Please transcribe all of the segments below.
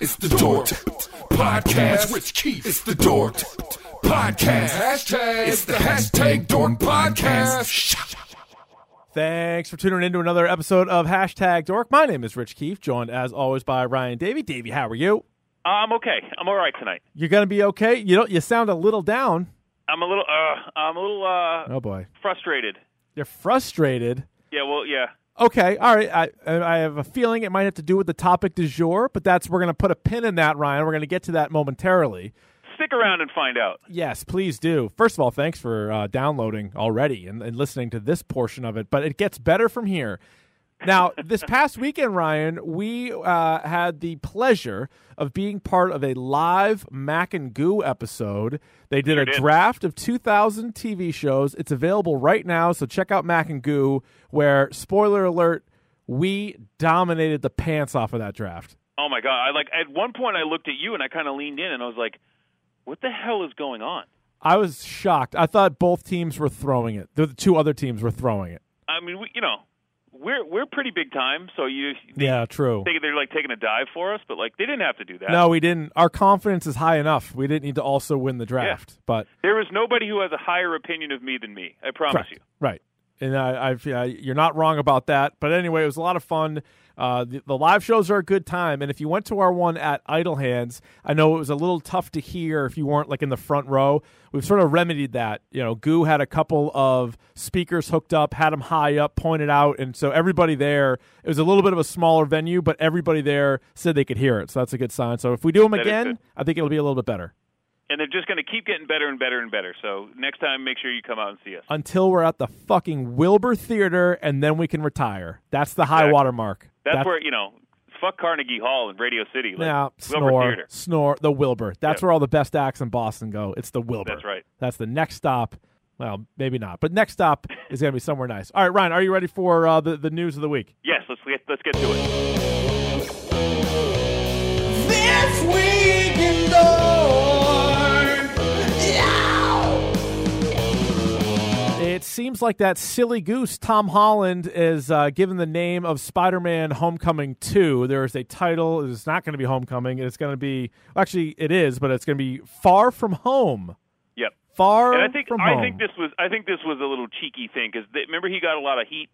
It's the Dork Podcast. Rich Keith. It's the Dork Podcast. Hashtag. It's the hashtag Dork Podcast. Thanks for tuning in to another episode of Hashtag Dork. My name is Rich Keefe, joined as always by Ryan Davey. Davey, how are you? I'm okay. I'm all right tonight. You're gonna be okay. You don't. You sound a little down. I'm a little, uh, I'm a little uh, Oh boy, frustrated. you're frustrated. Yeah, well, yeah, Okay, all right. I I have a feeling it might have to do with the topic du jour, but that's we're gonna put a pin in that, Ryan. We're gonna get to that momentarily. stick around and find out. Yes, please do. First of all, thanks for uh, downloading already and, and listening to this portion of it, but it gets better from here. Now, this past weekend, Ryan, we uh, had the pleasure of being part of a live Mac and Goo episode. They did a did. draft of 2,000 TV shows. It's available right now, so check out Mac and Goo, where, spoiler alert, we dominated the pants off of that draft. Oh my god! I like at one point I looked at you and I kind of leaned in and I was like, "What the hell is going on?" I was shocked. I thought both teams were throwing it. The the two other teams were throwing it. I mean, we, you know, we're we're pretty big time, so you Yeah, true. think they're like taking a dive for us, but like they didn't have to do that. No, we didn't. Our confidence is high enough. We didn't need to also win the draft, but there is nobody who has a higher opinion of me than me. I promise correct, you. right. And I, I've, uh, you're not wrong about that. But anyway, it was a lot of fun. Uh, the, the live shows are a good time, and if you went to our one at Idle Hands, I know it was a little tough to hear if you weren't like in the front row. We've sort of remedied that. You know, Goo had a couple of speakers hooked up, had them high up, pointed out, and so everybody there. It was a little bit of a smaller venue, but everybody there said they could hear it, so that's a good sign. So if we do them That is again, good. I think it'll be a little bit better. And they're just going to keep getting better and better and better. So next time, make sure you come out and see us. until we're at the fucking Wilbur Theater, and then we can retire. That's the high Exactly. water mark. That's, where you know, fuck Carnegie Hall and Radio City. Like, now Wilbur snore, Theater. snore the Wilbur. That's Yeah. where all the best acts in Boston go. It's the Wilbur. That's right. That's the next stop. Well, maybe not, but next stop is going to be somewhere nice. All right, Ryan, are you ready for uh, the the news of the week? Yes, let's get let's get to it. This week in Dork. Yow! It seems like that silly goose Tom Holland is uh, given the name of Spider-Man: Homecoming Two. There is a title. It's not going to be Homecoming. It's going to be actually it is, but it's going to be Far From Home. Yep. Far And I think from I home. think this was I think this was a little cheeky thing because remember he got a lot of heat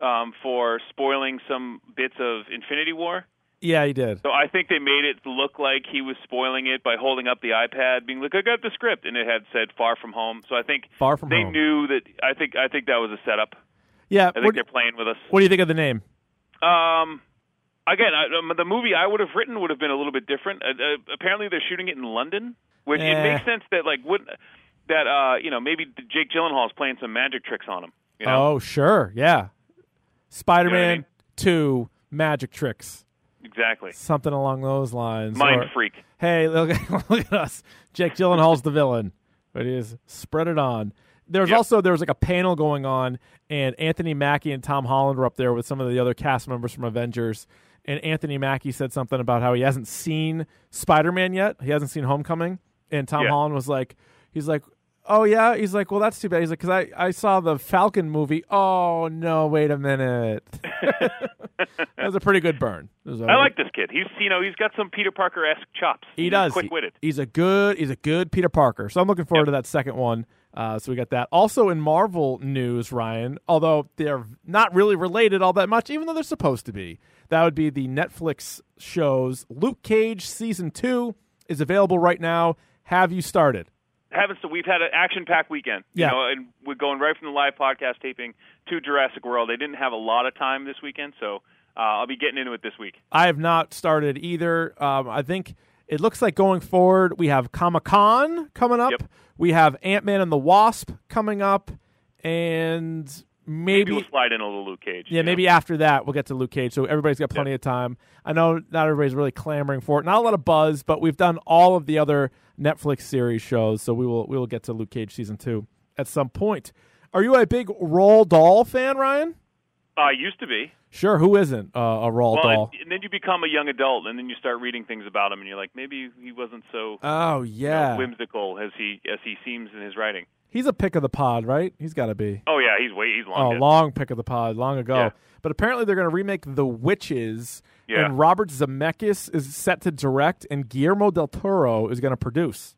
um, for spoiling some bits of Infinity War. yeah, he did. So I think they made it look like he was spoiling it by holding up the iPad, being like, "I got the script," and it had said "Far from Home." So I think Far From they Home. knew that. I think I think that was a setup. Yeah. I think What, they're playing with us. what do you think of the name? Um, again, I, um, the movie I would have written would have been a little bit different. Uh, uh, apparently, they're shooting it in London, which Eh. it makes sense that like would that uh you know maybe Jake Gyllenhaal is playing some magic tricks on him. You know? Oh, sure. Yeah. Spider-Man I mean? Two Magic Tricks, exactly. something along those lines. Mind Or- freak. Hey, look, look at us. Jake Gyllenhaal's the villain, but he is spread it on. There was Yep. also there was like a panel going on, and Anthony Mackie and Tom Holland were up there with some of the other cast members from Avengers. And Anthony Mackie said something about how he hasn't seen Spider Man yet. He hasn't seen Homecoming. And Tom Yeah. Holland was like, he's like, oh yeah. He's like, well that's too bad. He's like, because I I saw the Falcon movie. Oh no, wait a minute. that was a pretty good burn. It was a- I like this kid. He's you know he's got some Peter Parker esque chops. he He's does. Quick witted. He- He's a good. He's a good Peter Parker. So I'm looking forward to that second one. Uh, so we got that. Also in Marvel news, Ryan, although they're not really related all that much, even though they're supposed to be. That would be the Netflix shows. Luke Cage season two is available right now. Have you started? happens to we've had an action-packed weekend. Yeah. You know, and we're going right from the live podcast taping to Jurassic World. They didn't have a lot of time this weekend, so uh, I'll be getting into it this week. I have not started either. Um, I think it looks like going forward, we have Comic Con coming up. Yep. We have Ant Man and the Wasp coming up, and maybe, Maybe we'll slide in a little Luke Cage. yeah, you know? maybe after that we'll get to Luke Cage. So everybody's got plenty of time. I know not everybody's really clamoring for it. Not a lot of buzz, but we've done all of the other Netflix series shows, so we will we will get to Luke Cage season two at some point. Are you a big Roald Dahl fan, Ryan? I used to be. Sure, who isn't uh, a Roald Dahl? Well, and, and then you become a young adult, and then you start reading things about him, and you're like, maybe he wasn't so oh yeah, whimsical as he as he seems in his writing. He's a pick of the pod, right? He's got to be. Oh yeah, he's way he's long. Oh, dead. long pick of the pod, long ago. Yeah. But apparently they're going to remake The Witches, Yeah. and Robert Zemeckis is set to direct, and Guillermo del Toro is going to produce.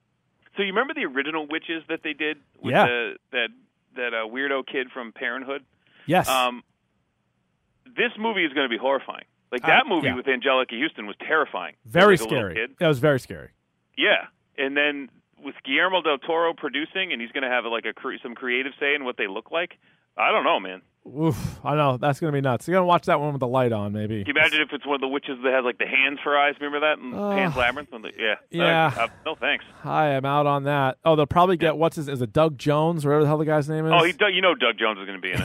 So you remember the original witches that they did with Yeah. the, that that uh, weirdo kid from Parenthood? Yes. Um, this movie is going to be horrifying. Like that Uh, movie yeah. with Angelica Houston was terrifying. very Like a little scary. kid. That was very scary. Yeah, and then with Guillermo del Toro producing, and he's going to have like a cre- some creative say in what they look like. I don't know, man. Oof, I know. That's going to be nuts. You're going to watch that one with the light on, maybe. Can you imagine if it's one of the witches that has like the hands for eyes? Remember that in Ugh. Pan's Labyrinth? When the, yeah. Oh. Yeah. Uh, no thanks. Hi, I'm out on that. Oh, they'll probably get, what's his, is it Doug Jones, whatever the hell the guy's name is? Oh, he, Doug- you know Doug Jones is going to be in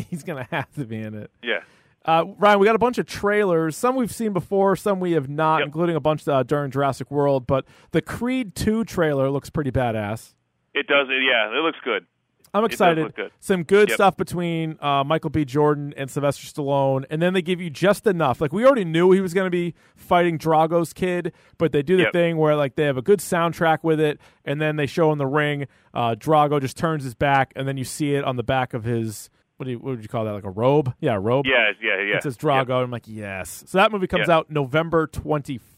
it. he's going to have to be in it. Yeah. Uh, Ryan, we got a bunch of trailers. Some we've seen before, some we have not, Yep. including a bunch uh, during Jurassic World. But the Creed 2 trailer looks pretty badass. It does. It, yeah, it looks good. I'm does excited. look good. Some good Yep. stuff between uh, Michael B. Jordan and Sylvester Stallone, and then they give you just enough. Like we already knew he was going to be fighting Drago's kid, but they do the Yep. thing where like they have a good soundtrack with it, and then they show in the ring. Uh, Drago just turns his back, and then you see it on the back of his what do you, what would you call that? Like a robe? Yeah, a robe. Yeah, yeah, yeah. It says Drago. and I'm like, yes. So that movie comes Yeah. out November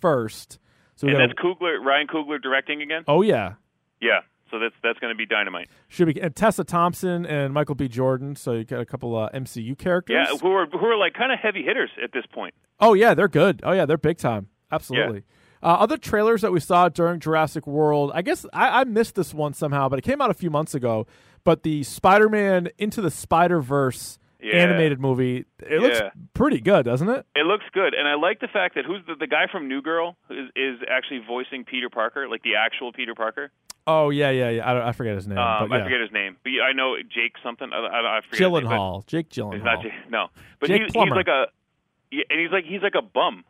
21st. So we And got. that's Coogler, Ryan Coogler directing again. Oh yeah, Yeah. So that's that's going to be dynamite. should be and Tessa Thompson and Michael B. Jordan. So you got a couple uh, MCU characters. Yeah, who are who are like kind of heavy hitters at this point. Oh yeah, they're good. Oh yeah, they're big time. Absolutely. Uh, other trailers that we saw during Jurassic World, I guess I, I missed this one somehow, but it came out a few months ago. But the Spider-Man into the Spider-Verse Yeah. animated movie, it looks Yeah. pretty good, doesn't it? It looks good, and I like the fact that who's the, the guy from New Girl is, is actually voicing Peter Parker, like the actual Peter Parker. Oh yeah, yeah, yeah. I, don't, I forget his name. Um, but yeah. I forget his name, but I know Jake something. I, I, I forget. his name, but- Gyllenhaal, Jake Gyllenhaal. It's not Jake, no, but Jake he's, he's Plummer. like a, yeah, and he's like he's like a bum,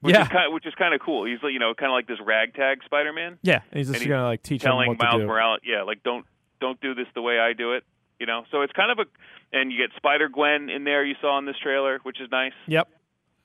which yeah, is kind of, which is kind of cool. He's like you know kind of like this ragtag Spider-Man yeah. And he's just and he's gonna like teach him telling what to Miles do. Morales, yeah, like don't don't do this the way I do it, you know. So it's kind of a, and you get Spider Gwen in there you saw in this trailer, which is nice. Yep. So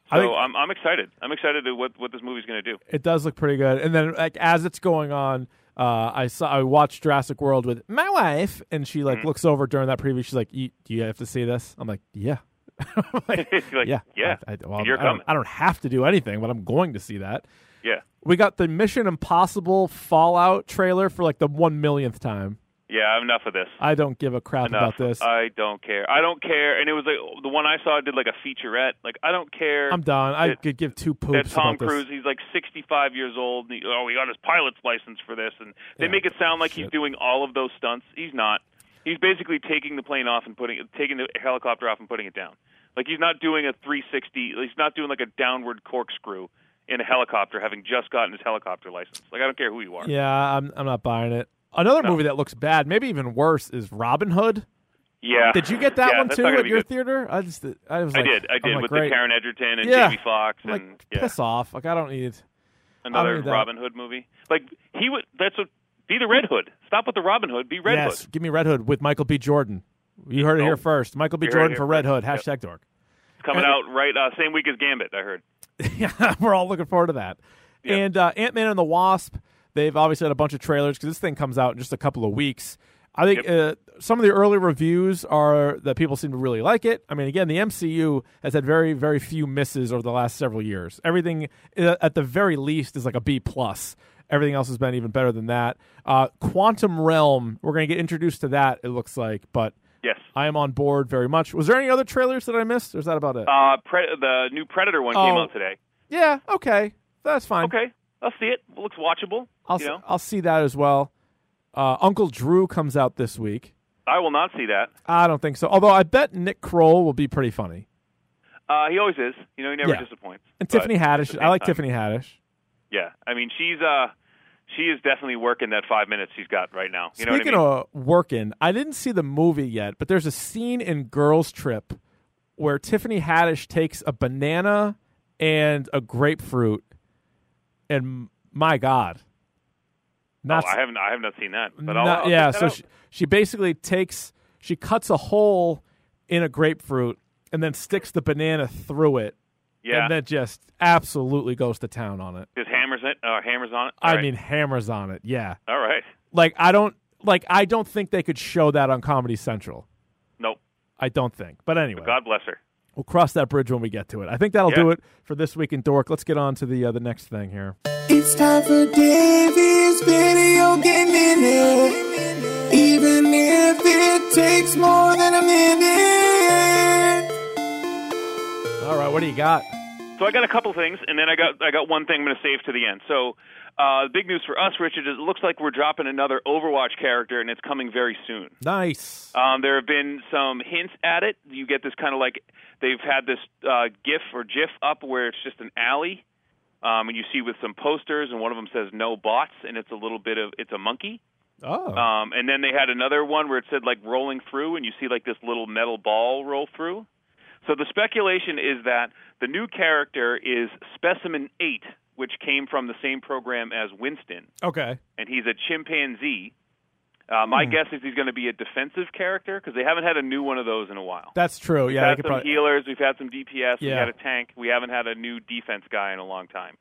I think I'm I'm excited. I'm excited to what what this movie's going to do. it does look pretty good. And then like as it's going on, uh, I saw I watched Jurassic World with my wife, and she Mm-hmm. like looks over during that preview. She's like, "You- "Do you have to see this?" I'm like, "Yeah." I'm like, You're like, yeah, yeah, I, I, well, and you're I don't, coming. I don't have to do anything, but I'm going to see that. Yeah, We got the Mission Impossible Fallout trailer for like the one millionth time. yeah. Enough of this. I don't give a crap Enough. Uh, about this. I don't care. I don't care. And it was like the one I saw did like a featurette. Like I don't care. I'm done. I that- could give two that poops Tom about this. Cruise, he's like 65 years old. And he, oh, he got his pilot's license for this, and they Yeah, make it sound like he's shit. doing all of those stunts. He's not. He's basically taking the plane off and putting it- taking the helicopter off and putting it down. Like he's not doing a 360. He's not doing like a downward corkscrew in a helicopter, having just gotten his helicopter license. Like I don't care who you are. Yeah, I'm I'm not buying it. Another No. movie that looks bad, maybe even worse, is Robin Hood. Yeah. Did you get that Yeah, one that's too not gonna at be your good. theater? I just I was I like, did. I I'm did like, with great. the Karen Edgerton and Yeah. Jamie Foxx I'm like and yeah. piss off. Like I don't need. another need that. Robin Hood movie. Like he would. That's what. Be the Red Hood. Stop with the Robin Hood. Be Red yes, Hood. give me Red Hood with Michael B. Jordan. You heard it here No. first. Michael B. You heard it Jordan here for Red Hood. first. Hashtag dork. It's coming And- out right uh, same week as Gambit. I heard. yeah, we're all looking forward to that. Yeah. And uh, Ant Man and the Wasp, they've obviously had a bunch of trailers because this thing comes out in just a couple of weeks. I think uh, some of the early reviews are that people seem to really like it. I mean, again, the MCU has had very, very few misses over the last several years. Everything, uh, at the very least, is like a B plus. Everything else has been even better than that. Uh, Quantum Realm, we're going to get introduced to that. It looks like, but Yes. I am on board very much. Was there any other trailers that I missed? Or is that about it? Uh, pre- the new Predator one came Oh. out today. yeah. Okay. That's fine. Okay, I'll see it. It looks watchable. I'll, you s- know, I'll see that as well. Uh, Uncle Drew comes out this week. I will not see that. I don't think so. Although I bet Nick Kroll will be pretty funny. Uh, he always is. You know, he never Yeah. disappoints. And But Tiffany at the Haddish. same I like time- Tiffany Haddish. Yeah, I mean she's uh she is definitely working that five minutes she's got right now. You know Speaking what I mean? of working, I didn't see the movie yet, but there's a scene in Girls Trip where Tiffany Haddish takes a banana and a grapefruit, and my God, not oh, I haven't I have not seen that. But not- I'll, I'll yeah. check that So out. she, she basically takes she cuts a hole in a grapefruit and then sticks the banana through it, yeah, and then just absolutely goes to town on it. just hammers it or hammers on it. I All right. mean, hammers on it. Yeah, all right, like I don't like I don't think they could show that on Comedy Central. nope. I don't think. But anyway, God bless her. we'll cross that bridge when we get to it. I think that'll Yeah. do it for this week in Dork. Let's get on to the uh, the next thing here. It's time for Davey's video game minute. Even if it takes more than a minute. All right, what do you got? So I got a couple things, and then I got I got one thing I'm going to save to the end. So uh, big news for us, Richard, is it looks like we're dropping another Overwatch character, and it's coming very soon. Nice. Um, there have been some hints at it. You get this kind of like they've had this uh, GIF or GIF up where it's just an alley, um, and you see with some posters, and one of them says "No bots," and it's a little bit of it's a monkey. oh, Um, and then they had another one where it said like rolling through, and you see like this little metal ball roll through. So the speculation is that the new character is Specimen Eight, which came from the same program as Winston okay. and he's a chimpanzee. Uh, Hmm. my guess is he's going to be a defensive character because they haven't had a new one of those in a while. That's true. We've Yeah, they had could some e- probably. healers, we've had some DPS, we Yeah. had a tank, we haven't had a new defense guy in a long time.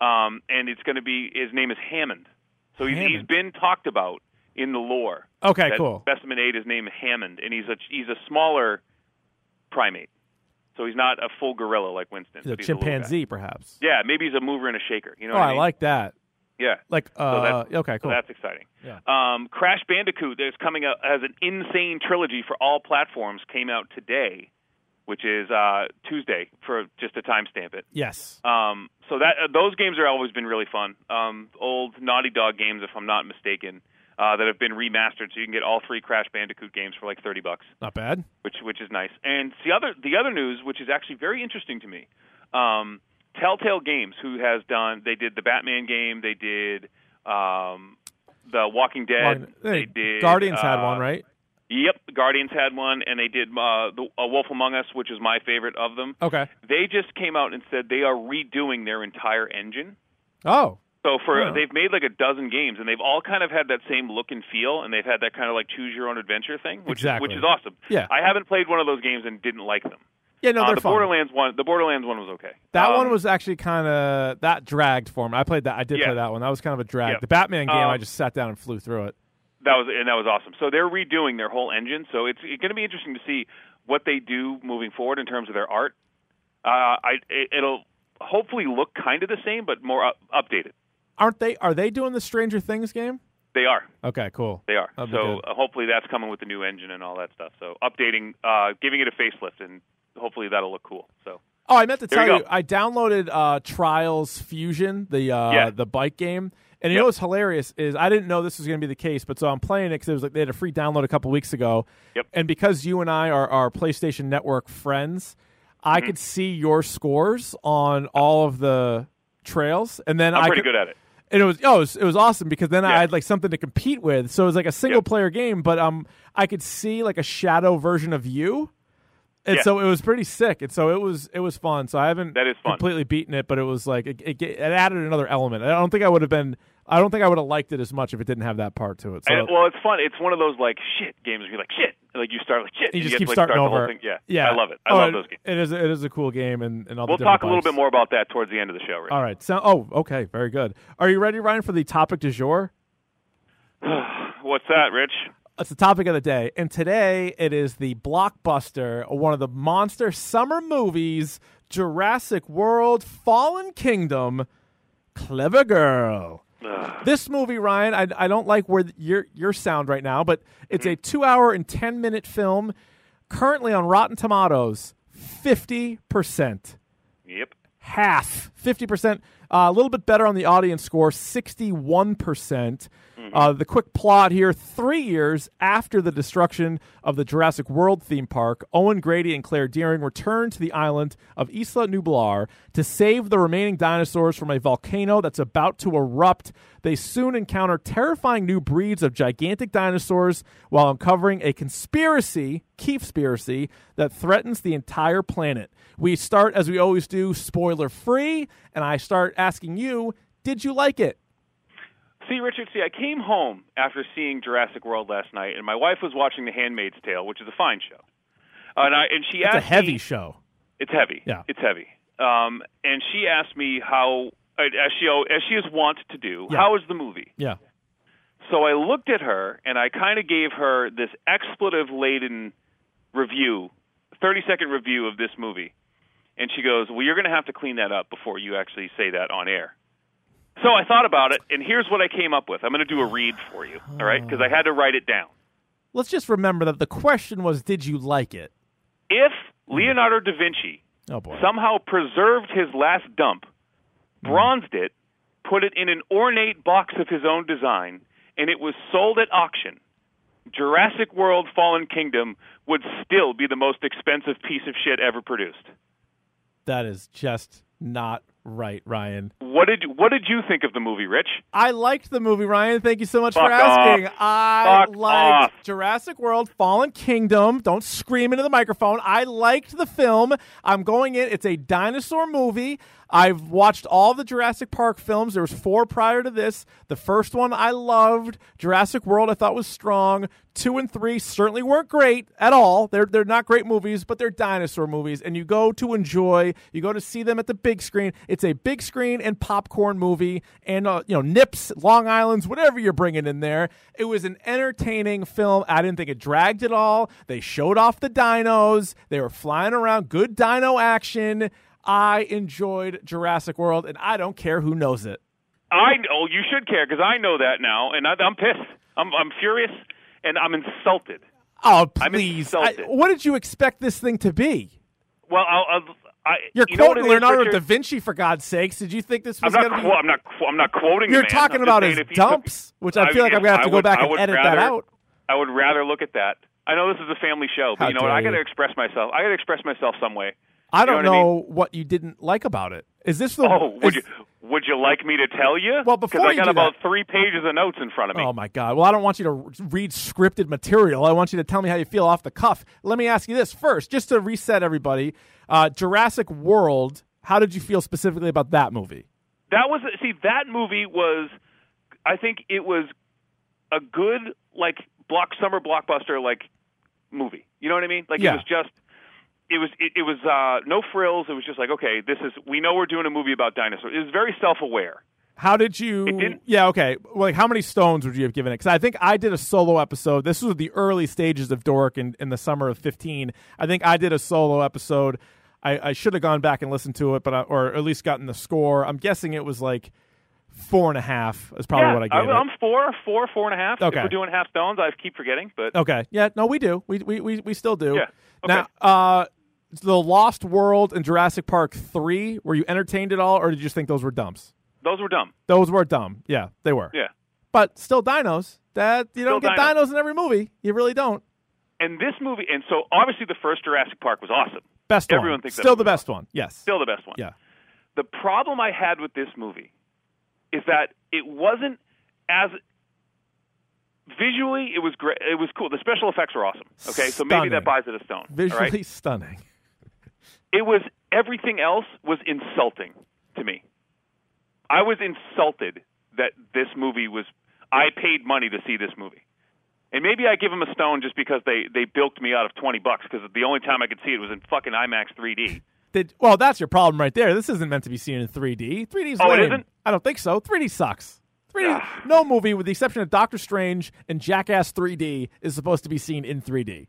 Um, and it's going to be his name is Hammond, so he's, he's Hammond. been talked about in the lore. Okay, That cool. Specimen eight is named Hammond, and he's a he's a smaller primate, so he's not a full gorilla like Winston. The but he's a little guy. chimpanzee, perhaps. yeah, maybe he's a mover and a shaker. You know oh, what I I mean? like that. Yeah. Like, uh, that's- okay, cool. So that's exciting. Yeah. Um, Crash Bandicoot is coming out as an insane trilogy for all platforms. Came out today, which is uh, Tuesday for just to timestamp it. yes. Um, so that uh, those games are always been really fun. Um, old Naughty Dog games, if I'm not mistaken, uh, that have been remastered, so you can get all three Crash Bandicoot games for like thirty bucks Not bad. which which is nice. And the other the other news, which is actually very interesting to me, um, Telltale Games, who has done they did the Batman game, they did um, the Walking Dead, Long- they hey, did Guardians uh, had one, right? Yep, Guardians had one, and they did uh, the A Wolf Among Us, which is my favorite of them. Okay. They just came out and said they are redoing their entire engine. Oh, So for Huh. they've made like a dozen games, and they've all kind of had that same look and feel, and they've had that kind of like choose your own adventure thing, which Exactly. is, which is awesome. Yeah. I haven't played one of those games and didn't like them. yeah. No, Uh, they're the fun. Borderlands one, the Borderlands one was okay. That Um, one was actually kind of that dragged for me. I played that. I did play Yeah. that one. That was kind of a drag. Yeah. The Batman game, I Um, just sat down and flew through it. that was and that was awesome. So they're redoing their whole engine. So it's, it's going to be interesting to see what they do moving forward in terms of their art. Uh, I it, it'll hopefully look kind of the same, but more up, updated. Aren't they? Are they doing the Stranger Things game? They are. Okay, cool. They are. That'd be so good. uh, hopefully that's coming with the new engine and all that stuff. So updating, uh, giving it a facelift, and hopefully that'll look cool. So Oh, I meant to There tell you you, go. I downloaded uh, Trials Fusion, the uh, Yeah. the bike game. And you know what's hilarious is I didn't know this was going to be the case, but so I'm playing it because it was like they had a free download a couple weeks ago. Yep. And because you and I are, are PlayStation Network friends, I Mm-hmm. could see your scores on all of the trails, and then I'm I pretty could, good at it. and it was oh it was, it was awesome because then Yeah. I had like something to compete with. So it was like a single player game, but um I could see like a shadow version of you. And Yeah. so it was pretty sick. And so it was it was fun. So I haven't That is fun. completely beaten it, but it was like it, it, it added another element. I don't think I would have been I don't think I would have liked it as much if it didn't have that part to it. So And, well, it's fun. It's one of those like shit games where you're like shit, and, like you start like shit. you and just get keep to, like, starting start the whole over. thing. Yeah, I love it. I Oh, love those games. It is it is a cool game and, and all We'll the talk different a little bikes. bit more about that towards the end of the show, Rick. All right. So oh, okay, very good. Are you ready, Ryan, for the topic du jour? What's that, Rich? It's the topic of the day. And today it is the blockbuster, one of the monster summer movies, Jurassic World Fallen Kingdom, Clever Girl. This movie, Ryan, I, I don't like where th- your your sound right now, but it's a two hour and ten minute film, currently on Rotten Tomatoes, fifty percent, Yep. half, fifty percent. Uh, a little bit better on the audience score, 61%. percent Uh, the quick plot here three years after the destruction of the Jurassic World theme park, Owen Grady and Claire Deering return to the island of Isla Nublar to save the remaining dinosaurs from a volcano that's about to erupt. They soon encounter terrifying new breeds of gigantic dinosaurs while uncovering a conspiracy, Keefspiracy, that threatens the entire planet. We start, as we always do, spoiler free, and I start asking you, did you like it? See, Richard, see, I came home after seeing Jurassic World last night, and my wife was watching The Handmaid's Tale, which is a fine show. Uh, And I and she It's a asked heavy me, show. It's heavy. Yeah. It's heavy. Um, and she asked me how, uh, as she as she is wont to do, Yeah. how is the movie? Yeah. So I looked at her and I kind of gave her this expletive laden review, 30 second review of this movie. And she goes, Well, you're going to have to clean that up before you actually say that on air. So I thought about it, and here's what I came up with. I'm going to do a read for you, all right? Oh. Because I had to write it down. Let's just remember that the question was, did you like it? If Mm-hmm. Leonardo da Vinci Oh, boy. somehow preserved his last dump, Mm-hmm. bronzed it, put it in an ornate box of his own design, and it was sold at auction, Jurassic World Fallen Kingdom would still be the most expensive piece of shit ever produced. that is just not right, Ryan. What did what did you think of the movie, Rich? I liked the movie, Ryan. Thank you so much for Fuck off. asking. I Fuck liked off. Jurassic World Fallen Kingdom. Don't scream into the microphone. I liked the film. I'm going in. It's a dinosaur movie. I've watched all the Jurassic Park films. There was four prior to this. The first one I loved. Jurassic World I thought was strong. Two and three certainly weren't great at all. They're they're not great movies, but they're dinosaur movies, and you go to enjoy. You go to see them at the big screen. It's a big screen and popcorn movie, and uh, you know nips, Long Island's, whatever you're bringing in there. It was an entertaining film. I didn't think it dragged at all. They showed off the dinos. They were flying around. Good dino action. I enjoyed Jurassic World, and I don't care who knows it. I know oh, you should care because I know that now, and I, I'm pissed. I'm I'm furious, and I'm insulted. Oh I'm please! insulted. what did you expect this thing to be? Well, I'll, I'll, I You're you know what quoting it is, Leonardo Richard? da Vinci, for God's sakes. Did you think this I'm was not, going to be? qu- I'm not. qu- I'm not quoting. the You're man. talking I'm just about saying his if he took- dumps, which I feel like I'm gonna have to I go would- back I and would edit that rather- out. I would rather look at that. I know this is a family show, but How you know what? dare I got to you. express myself. I got to express myself some way. I You know don't what I know what you didn't like about it. Is this the? Oh, is- would you? Would you like me to tell you? Well, because before I you got do about that- three pages of notes in front of me. Oh my God! Well, I don't want you to r- read scripted material. I want you to tell me how you feel off the cuff. Let me ask you this first, just to reset everybody. Uh, Jurassic World. How did you feel specifically about that movie? That was see that movie was, I think it was a good like block summer blockbuster like movie. You know what I mean? Like Yeah. it was just it was it, it was uh, no frills. It was just like okay, this is we know we're doing a movie about dinosaurs. It was very self aware. How did you? It didn't- yeah, okay. Like, how many stones would you have given it? Because I think I did a solo episode. This was the early stages of Dork in, in the summer of 15. I think I did a solo episode. I, I should have gone back and listened to it, but I, or at least gotten the score. I'm guessing it was like four and a half, is probably yeah, what I gave it. I'm four, four, four and a half. Okay. If we're doing half stones, I keep forgetting, but Okay. Yeah. No, we do. We we we, we still do. Yeah, okay. Now, uh, the Lost World and Jurassic Park three. Were you entertained at all, or did you just think those were dumps? those were dumb. Those were dumb. Yeah, they were. Yeah. But still, dinos. That you don't Still get dinos. dinos. in every movie. You really don't. And this movie, and so obviously the first Jurassic Park was awesome, Best one. Everyone thinks that still the movie was best one. Yes. still the best one. Yeah. The problem I had with this movie is that it wasn't as visually. It was great. It was cool. The special effects were awesome. Okay, so maybe Stunning. that buys it a stone. all Visually right? stunning. it was everything else was insulting to me. I was insulted that this movie was. I paid money to see this movie, and maybe I give them a stone just because they they bilked me out of twenty bucks because the only time I could see it was in fucking IMAX 3D. Did, well, that's your problem right there. This isn't meant to be seen in 3D. 3D's Oh, it lame. isn't? I don't think so. 3D sucks. 3D. no movie, with the exception of Doctor Strange and Jackass 3D, is supposed to be seen in 3D.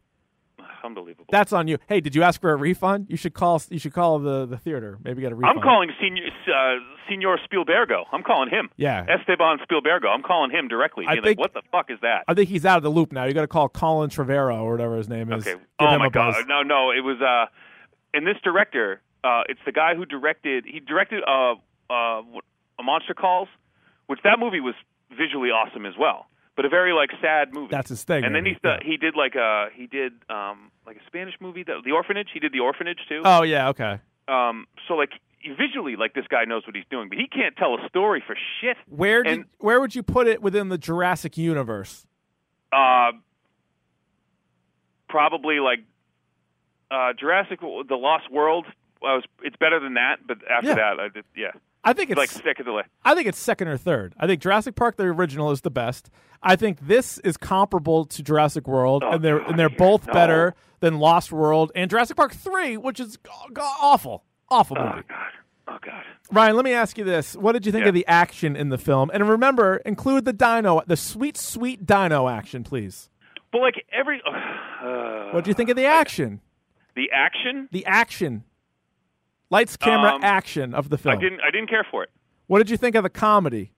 Unbelievable. That's on you. Hey, did you ask for a refund? You should call. You should call the, the theater. Maybe get a refund. I'm calling Senior uh, Senior Spielbergo. I'm calling him. Yeah. Esteban Spielbergo. I'm calling him directly. I Being think- like, what the fuck is that? I think he's out of the loop now. You got to call Colin Trevorrow or whatever his name is. Okay. Give oh him my a buzz. god. No, no. It was uh, and this director. Uh, it's the guy who directed. He directed uh, uh, A Monster Calls, which that movie was visually awesome as well, but a very like sad movie. That's his thing, And then I he mean, st- he did like a he did um like a Spanish movie that The Orphanage. He did The Orphanage too. Oh yeah, okay. Um, so like visually, like this guy knows what he's doing, but he can't tell a story for shit. Where did, And- where would you put it within the Jurassic universe? Uh, probably like uh, Jurassic, The Lost World. I was. It's better than that, but after Yeah. that, I did, yeah, I think it's like sick of the list. I think it's second or third. I think Jurassic Park, the original, is the best. I think this is comparable to Jurassic World, Oh, and they're God, and they're yeah, both no. better than Lost World and Jurassic Park Three, which is g- g- awful, awful movie. Oh God. Ryan, let me ask you this: What did you think Yeah. of the action in the film? And remember, include the dino, the sweet, sweet dino action, please. But like every, uh, What do you think of the action? the action? The action, lights, camera, Um, action of the I film. didn't. I didn't care for it. What did you think of the comedy?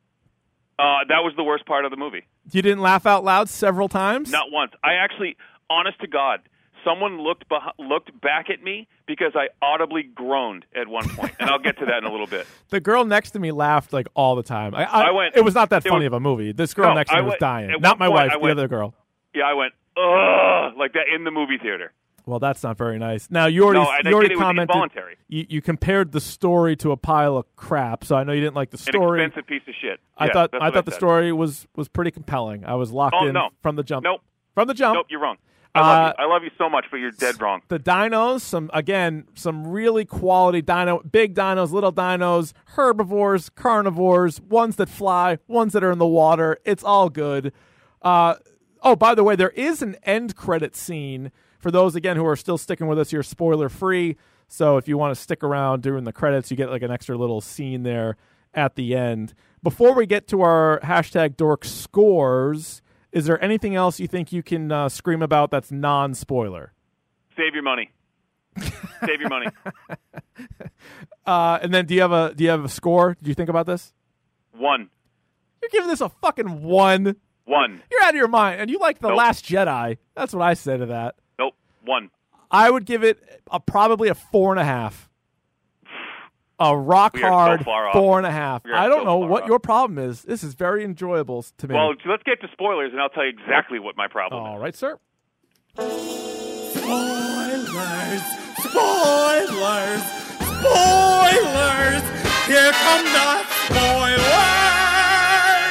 Uh, that was the worst part of the movie. You didn't laugh out loud several times. Not once. I actually, honest to God, someone looked beh- looked back at me because I audibly groaned at one point, and I'll get to that in a little bit. The girl next to me laughed like all the time. I, I, I went- It was not that it funny of was- a movie. This girl No, next to me I was went- dying. at Not one my point, wife. I the went- other girl. Yeah, I went ugh like that in the movie theater. Well, that's not very nice. Now you already No, and you already again, it was commented. involuntary. You, you compared the story to a pile of crap, so I know you didn't like the An story. expensive piece of shit. I Yeah, thought that's I what thought the said. story was was pretty compelling. I was locked Oh, in no. from the jump. Nope. From the jump. Nope, you're wrong. I love, Uh, you. I love you so much, but you're dead wrong. The dinos, some again, some really quality dino, big dinos, little dinos, herbivores, carnivores, ones that fly, ones that are in the water. It's all good. Uh, oh, by the way, there is an end credit scene for those again who are still sticking with us here, spoiler free. So if you want to stick around during the credits, you get like an extra little scene there at the end. Before we get to our hashtag dork scores, is there anything else you think you can uh, scream about that's non spoiler? Save your money. Save your money. Uh, and then do you have a do you have a score? Did you think about this? One. You're giving this a fucking one. One. You're out of your mind, and you like the Nope. Last Jedi. That's what I say to that. Nope. One. I would give it a, probably a four and a half. A rock We are so hard far off. four and a half. We are I don't so know far what off. your problem is. This is very enjoyable to me. Well, let's get to spoilers, and I'll tell you exactly what my problem is. All right, sir. Spoilers! Spoilers! Spoilers! Here come the spoilers!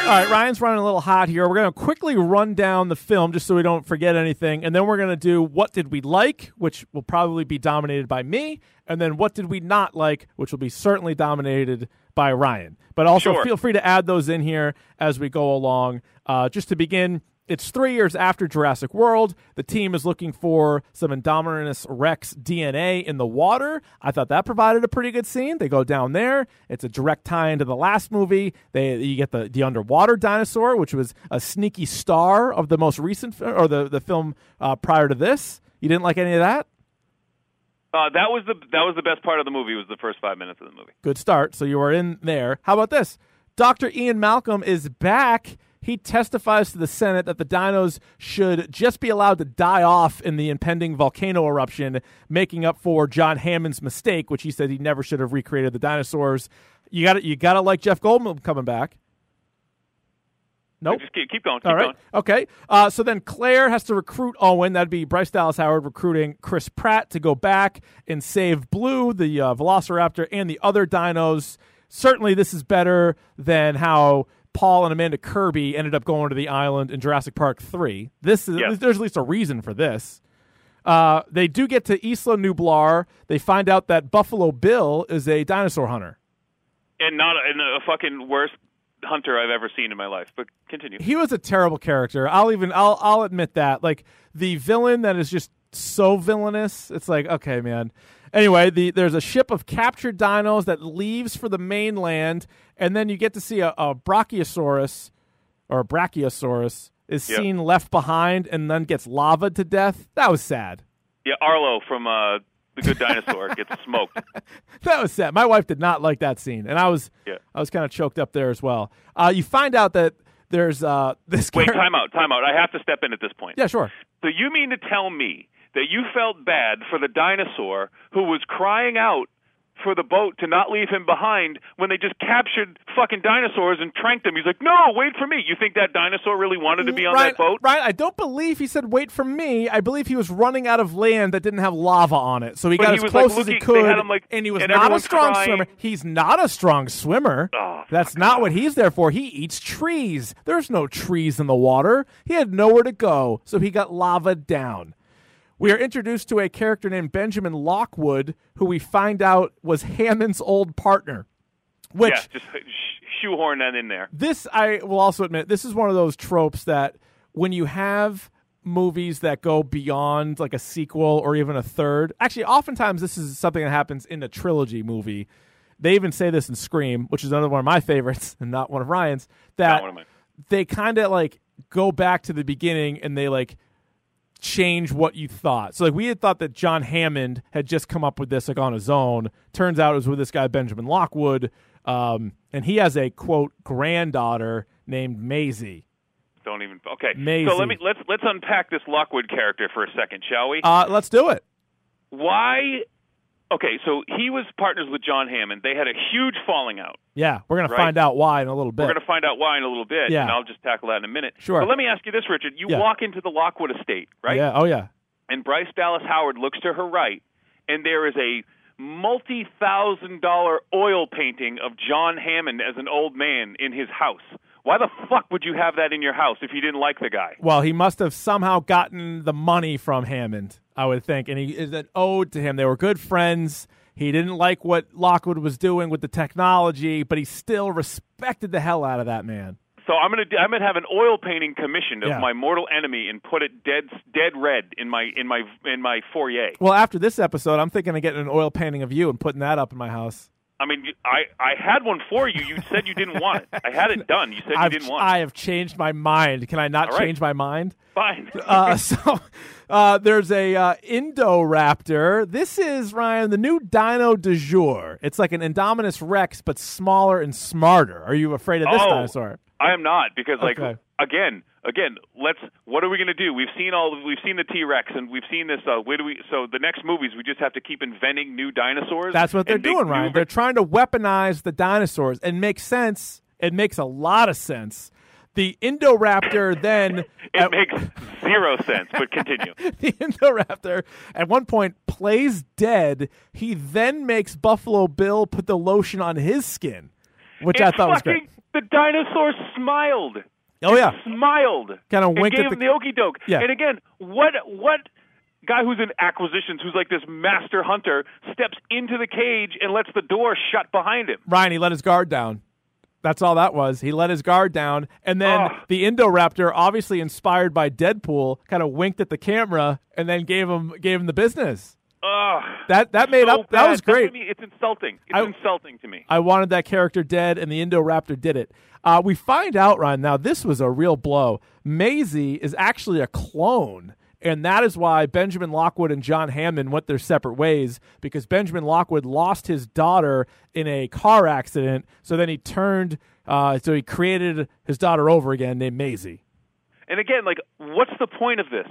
All right, Ryan's running a little hot here. We're going to quickly run down the film just so we don't forget anything, and then we're going to do what did we like, which will probably be dominated by me, and then what did we not like, which will be certainly dominated by Ryan. But also Sure. feel free to add those in here as we go along. Uh, just to begin, it's three years after Jurassic World. The team is looking for some Indominus Rex DNA in the water. I thought that provided a pretty good scene. They go down there. It's a direct tie into the last movie. They you get the the underwater dinosaur, which was a sneaky star of the most recent fi- or the the film uh, prior to this. You didn't like any of that. Uh, that was the that was the best part of the movie was the first five minutes of the movie. Good start. So you are in there. How about this? Dr. Ian Malcolm is back. He testifies to the Senate that the dinos should just be allowed to die off in the impending volcano eruption, making up for John Hammond's mistake, which he said he never should have recreated the dinosaurs. You got to you got to like Jeff Goldblum coming back. Nope. Just keep, keep going. Keep All going. right. Okay. Uh, so then Claire has to recruit Owen. That'd be Bryce Dallas Howard recruiting Chris Pratt to go back and save Blue, the uh, Velociraptor, and the other dinos. Certainly, this is better than how Paul and Amanda Kirby ended up going to the island in Jurassic Park 3. This is, Yeah. there's at least a reason for this. Uh, they do get to Isla Nublar. They find out that Buffalo Bill is a dinosaur hunter. And not a, and a fucking worst hunter I've ever seen in my life. But continue. he was a terrible character. I'll even I'll I'll admit that. Like the villain that is just so villainous. It's like okay, man. Anyway, the there's a ship of captured dinos that leaves for the mainland, and then you get to see a, a brachiosaurus or a brachiosaurus is Yeah. seen left behind and then gets lava to death. That was sad. Yeah, Arlo from uh, the Good Dinosaur gets smoked. that was sad. My wife did not like that scene, and I was Yeah. I was kind of choked up there as well. Uh, you find out that there's uh, this Wait, char- time out, time out. I have to step in at this point. Yeah, sure. So you mean to tell me that you felt bad for the dinosaur who was crying out for the boat to not leave him behind when they just captured fucking dinosaurs and tranked them. He's like, no, wait for me. You think that dinosaur really wanted to be on Ryan, that boat? Ryan, I don't believe he said wait for me. I believe he was running out of land that didn't have lava on it, so he But got he as was, like, close as he looking- they could. had him, like- and he was and not a everyone's strong crying. swimmer. He's not a strong swimmer. Oh, That's not what he's there for. He eats trees. There's no trees in the water. He had nowhere to go, so he got lava down. We are introduced to a character named Benjamin Lockwood, who we find out was Hammond's old partner. Which Yeah, just sh- shoehorn that in there. this I will also admit this is one of those tropes that when you have movies that go beyond like a sequel or even a third actually oftentimes this is something that happens in a trilogy movie they even say this in scream which is another one of my favorites and not one of ryan's that Not one of mine. they kind of like go back to the beginning and they like change what you thought. So like we had thought that John Hammond had just come up with this like on his own. Turns out it was with this guy Benjamin Lockwood, um, and he has a quote granddaughter named Maisie. Don't even. Okay. Amazing. So let me let's let's unpack this Lockwood character for a second, shall we? Uh, let's do it. Why? Okay, so he was partners with John Hammond. They had a huge falling out. Yeah, we're gonna Right. find out why in a little bit. We're going to find out why in a little bit, Yeah. and I'll just tackle that in a minute. Sure. But let me ask you this, Richard. You Yeah. walk into the Lockwood estate, right? Yeah. Oh yeah. And Bryce Dallas Howard looks to her right, and there is a multi thousand dollar oil painting of John Hammond as an old man in his house. Why the fuck would you have that in your house if you didn't like the guy? Well, he must have somehow gotten the money from Hammond, I would think, and he is an ode to him. They were good friends. He didn't like what Lockwood was doing with the technology, but he still respected the hell out of that man. So I'm gonna do- I'm gonna have an oil painting commissioned of Yeah. my mortal enemy and put it dead dead red in my in my in my foyer. Well, after this episode, I'm thinking of getting an oil painting of you and putting that up in my house. I mean, you- I I had one for you. You said you didn't want it. I had it done. You said you I've, didn't want. I have changed my mind. Can I not All right. change my mind? it. Fine. Uh, so uh, there's a uh, Indoraptor. This is Ryan, the new dino du jour. It's like an Indominus Rex, but smaller and smarter. Are you afraid of this Oh. dinosaur? I am not because like Okay. again, again, let's what are we going to do? We've seen all we've seen the T-Rex and we've seen this uh where do we so the next movies we just have to keep inventing new dinosaurs. That's what they're and make doing, new Ryan. ver- They're trying to weaponize the dinosaurs, and makes sense. It makes a lot of sense. The Indoraptor then it at- makes zero sense, but continue. the Indoraptor at one point plays dead. He then makes Buffalo Bill put the lotion on his skin, which I It's thought was fucking, great. The dinosaur smiled. Oh yeah, Smiled. Kinda winked and at gave him the- the okey doke. Yeah. And again, what what guy who's in acquisitions who's like this master hunter steps into the cage and lets the door shut behind him. Ryan. He let his guard down. That's all that was. He let his guard down, and then Ugh. the Indoraptor, obviously inspired by Deadpool, kind of winked at the camera and then gave him gave him the business. Ugh. That that made so up. That bad. was That's what great. I mean. It's insulting. It's I- insulting to me. I wanted that character dead, and the Indoraptor did it. Uh, we find out, Ryan, now this was a real blow. Maisie is actually a clone, and that is why Benjamin Lockwood and John Hammond went their separate ways because Benjamin Lockwood lost his daughter in a car accident. So then he turned, uh, so he created his daughter over again named Maisie. And again, like, what's the point of this?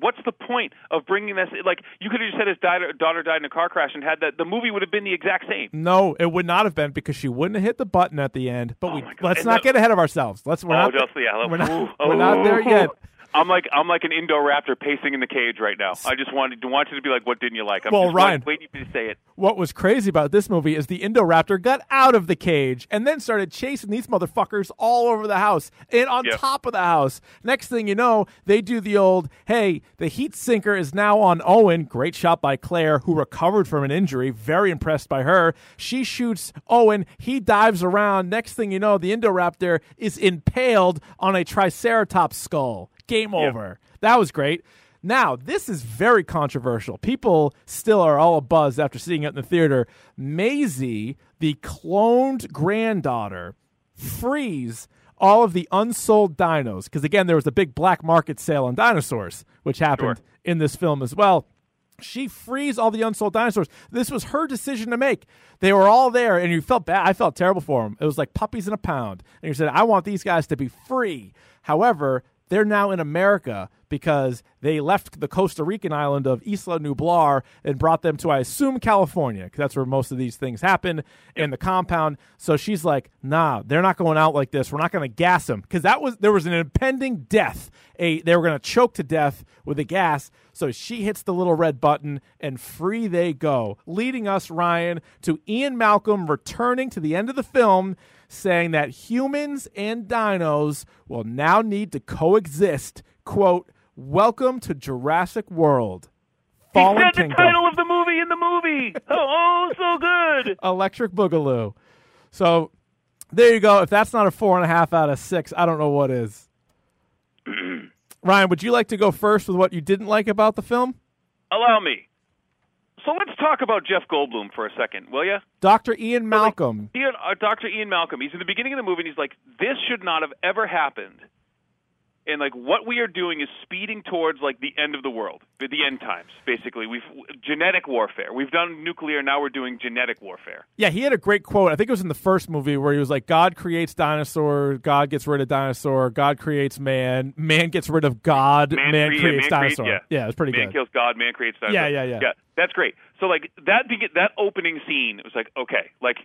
What's the point of bringing this? Like, you could have just had his daughter, daughter died in a car crash and had that. The movie would have been the exact same. No, it would not have been because she wouldn't have hit the button at the end. But we, Oh my God. let's And not the- get ahead of ourselves. Let's we're oh, not Dulcie, I love- we're not- Ooh, we're not there ooh. yet. I'm like I'm like an Indoraptor pacing in the cage right now. I just wanted to want you to be like, what didn't you like? I'm Well, just Ryan- waiting for you to say it. what was crazy about this movie is the Indoraptor got out of the cage and then started chasing these motherfuckers all over the house and on Yep. top of the house. Next thing you know, they do the old, hey, the heat sinker is now on Owen. Great shot by Claire, who recovered from an injury. Very impressed by her. She shoots Owen. He dives around. Next thing you know, the Indoraptor is impaled on a Triceratops skull. Game over. That was great. Now, this is very controversial. People still are all abuzz after seeing it in the theater. Maisie, the cloned granddaughter, frees all of the unsold dinos. Because again, there was a big black market sale on dinosaurs, which happened in this film as well. She frees all the unsold dinosaurs. This was her decision to make. They were all there, and you felt bad. I felt terrible for them. It was like puppies in a pound. And you said, I want these guys to be free. However, they're now in America. because they left the Costa Rican island of Isla Nublar and brought them to, I assume, California, because that's where most of these things happen in the compound. So she's like, nah, they're not going out like this. We're not going to gas them because that was there was an impending death. A they were going to choke to death with a gas. So she hits the little red button and free they go, leading us Ryan to Ian Malcolm returning to the end of the film saying that humans and dinos will now need to coexist. Quote, welcome to Jurassic World. He Fallen said the Kingdom. title of the movie in the movie. Oh, oh so good. Electric Boogaloo. So there you go. If that's not a four and a half out of six, I don't know what is. Ryan, would you like to go first with what you didn't like about the film? Allow me. So let's talk about Jeff Goldblum for a second, will you? Dr. Ian Malcolm. Ian, uh, Dr. Ian Malcolm, he's in the beginning of the movie and he's like, this should not have ever happened. And like what we are doing is speeding towards like the end of the world, the, the end times, basically. We've genetic warfare. We've done nuclear, now we're doing genetic warfare. Yeah, he had a great quote. I think it was in the first movie where he was like, God creates dinosaur, God gets rid of dinosaur, God creates man, man gets rid of God, man, crea- creates man create- dinosaur. yeah. it was pretty man good. kills God, man creates dinosaur. Yeah, yeah, yeah. that's great. So like that beg- that opening scene, it was like okay, like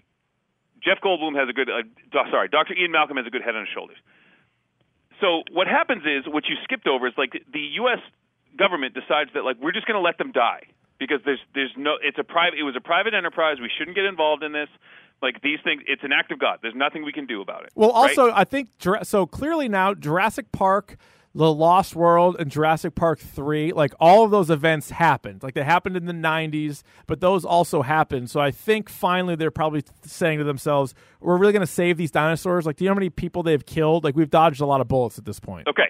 Jeff Goldblum has a good, uh, do- sorry, Dr. Ian Malcolm has a good head on his shoulders. So what happens is what you skipped over is like the U.S. government decides that like we're just going to let them die because there's there's no it's a private it was a private enterprise we shouldn't get involved in this like these things it's an act of God there's nothing we can do about it. Well, right? also, I think Jura- so. Clearly now, Jurassic Park, The Lost World, and Jurassic Park Three, like all of those events happened. Like they happened in the '90s, but those also happened. So I think finally they're probably th- saying to themselves, "We're really going to save these dinosaurs." Like, do you know how many people they've killed? Like we've dodged a lot of bullets at this point. Okay.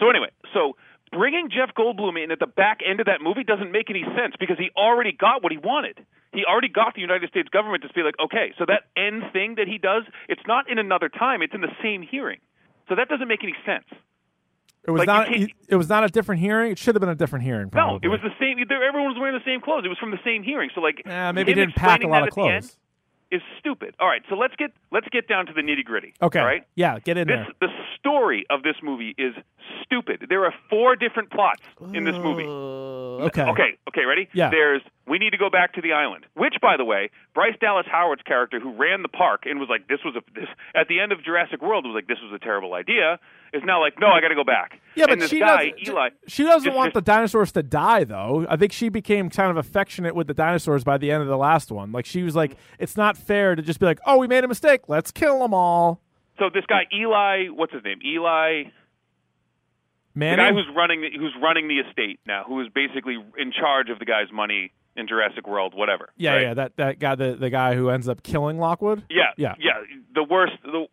So anyway, so bringing Jeff Goldblum in at the back end of that movie doesn't make any sense because he already got what he wanted. He already got the United States government to be like, okay, so that end thing that he does, it's not in another time, it's in the same hearing. So that doesn't make any sense. It was Like, not. e, you can't- It, it was not a different hearing. It should have been a different hearing. Probably. No, it was the same. they're- Everyone was wearing the same clothes. It was from the same hearing. So like, Eh, maybe him he didn't pack a explaining lot that of at the end clothes. Is stupid. All right, so let's get let's get down to the nitty gritty. Okay. All right. Yeah. Get in This, there. the story of this movie is stupid. There are four different plots in this movie. Okay. Okay, okay, ready? Yeah. There's we need to go back to the island, which, by the way, Bryce Dallas Howard's character, who ran the park and was like, "This was a this," at the end of Jurassic World, was like, "This was a terrible idea," is now like, "No, I got to go back." Yeah, and but this she guy, doesn't. Eli, she doesn't just- want the dinosaurs to die, though. I think she became kind of affectionate with the dinosaurs by the end of the last one. Like she was like, Mm-hmm. it's not fair to just be like, oh, we made a mistake. Let's kill them all. so this guy Eli, what's his name? Eli, the Man, guy who's running the, who's running the estate now, who is basically in charge of the guy's money in Jurassic World, whatever. yeah, right? yeah, that that guy, the the guy who ends up killing Lockwood. Yeah, Yeah. The worst, the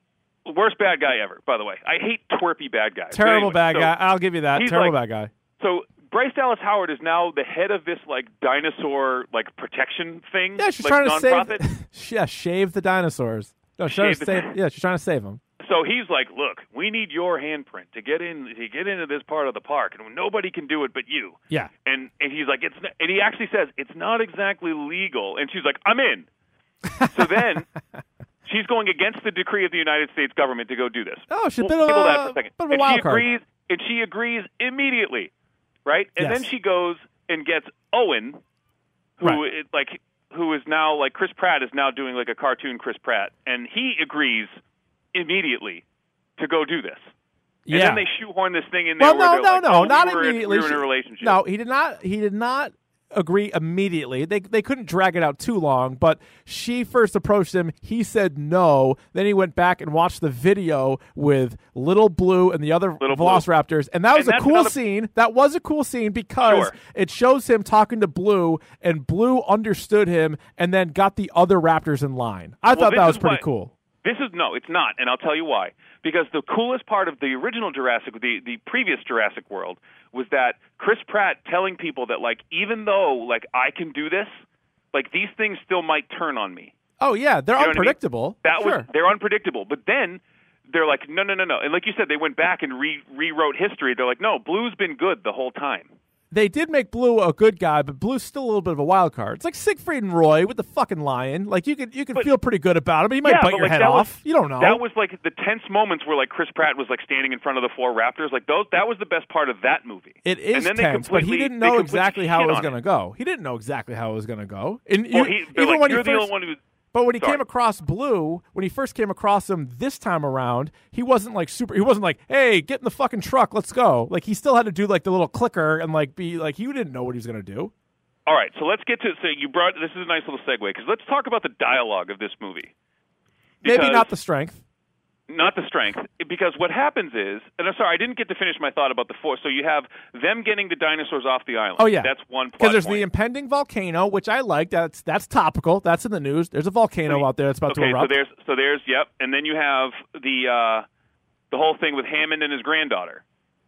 worst bad guy ever. By the way, I hate twerpy bad guys. But Terrible anyway, bad so- guy. I'll give you that. he's Terrible like- bad guy. So Bryce Dallas Howard is now the head of this like dinosaur like protection thing. Yeah, she's like, trying to nonprofit. save. yeah, shave the dinosaurs. No, she's trying to Shave the- save. Yeah, she's trying to save them. So he's like, "Look, we need your handprint to get in to get into this part of the park, and nobody can do it but you." Yeah. And and he's like, "It's not, and he actually says it's not exactly legal," and she's like, "I'm in." so then she's going against the decree of the United States government to go do this. Oh, she's a We'll bit of table a- that for a second. bit of a and wild she card. agrees, and she agrees immediately, right? And Yes. then she goes and gets Owen, who Right. it, like who is now like Chris Pratt is now doing like a cartoon Chris Pratt, and he agrees immediately to go do this. And yeah. then they shoehorn this thing in there. Well, no, where they're no, like, no, oh, we not were in- immediately. we were in a She- relationship. No, he did not. He did not agree immediately. They they couldn't drag it out too long. But she first approached him. He said no. Then he went back and watched the video with Little Blue and the other Little Blue. Velociraptors, and that was And a that's cool another- scene. That was a cool scene because Sure. it shows him talking to Blue, and Blue understood him, and then got the other raptors in line. I thought this that was is pretty why- cool. This is no, it's not, and I'll tell you why. Because the coolest part of the original Jurassic, the the previous Jurassic World, was that Chris Pratt telling people that like even though like I can do this, like these things still might turn on me. Oh yeah, they're You know what I mean? unpredictable. That sure. was they're unpredictable. But then they're like, no, no, no, no. And like you said, they went back and re- rewrote history. They're like, no, Blue's been good the whole time. They did make Blue a good guy, but Blue's still a little bit of a wild card. It's like Siegfried and Roy with the fucking lion. Like you could you could But- feel pretty good about him. He might yeah, bite but your like head that off. Was, you don't know. That was like the tense moments where like Chris Pratt was like standing in front of the four Raptors. Like those, that was the best part of that movie. it is and then tense, they but completely, he didn't they know completely exactly how shit it was on going to go. He didn't know exactly how it was going to go. And Well, you- he, they're even like, when you're he the first, only one who. But when he Sorry. came across Blue, when he first came across him this time around, he wasn't like super. He wasn't like, "Hey, get in the fucking truck, let's go." Like he still had to do like the little clicker and like be like he didn't know what he was gonna do. All right, so let's get to. So you brought this is a nice little segue because let's talk about the dialogue of this movie. Maybe Because- not the strength. not the strength because what happens is and I'm sorry I didn't get to finish my thought about the four so you have them getting the dinosaurs off the island Oh yeah, that's one Because plot there's the point. impending volcano, which I like. That's that's topical. That's in the news. There's a volcano out there that's about to okay so erupt. there's so there's yep and then you have the uh the whole thing with Hammond and his granddaughter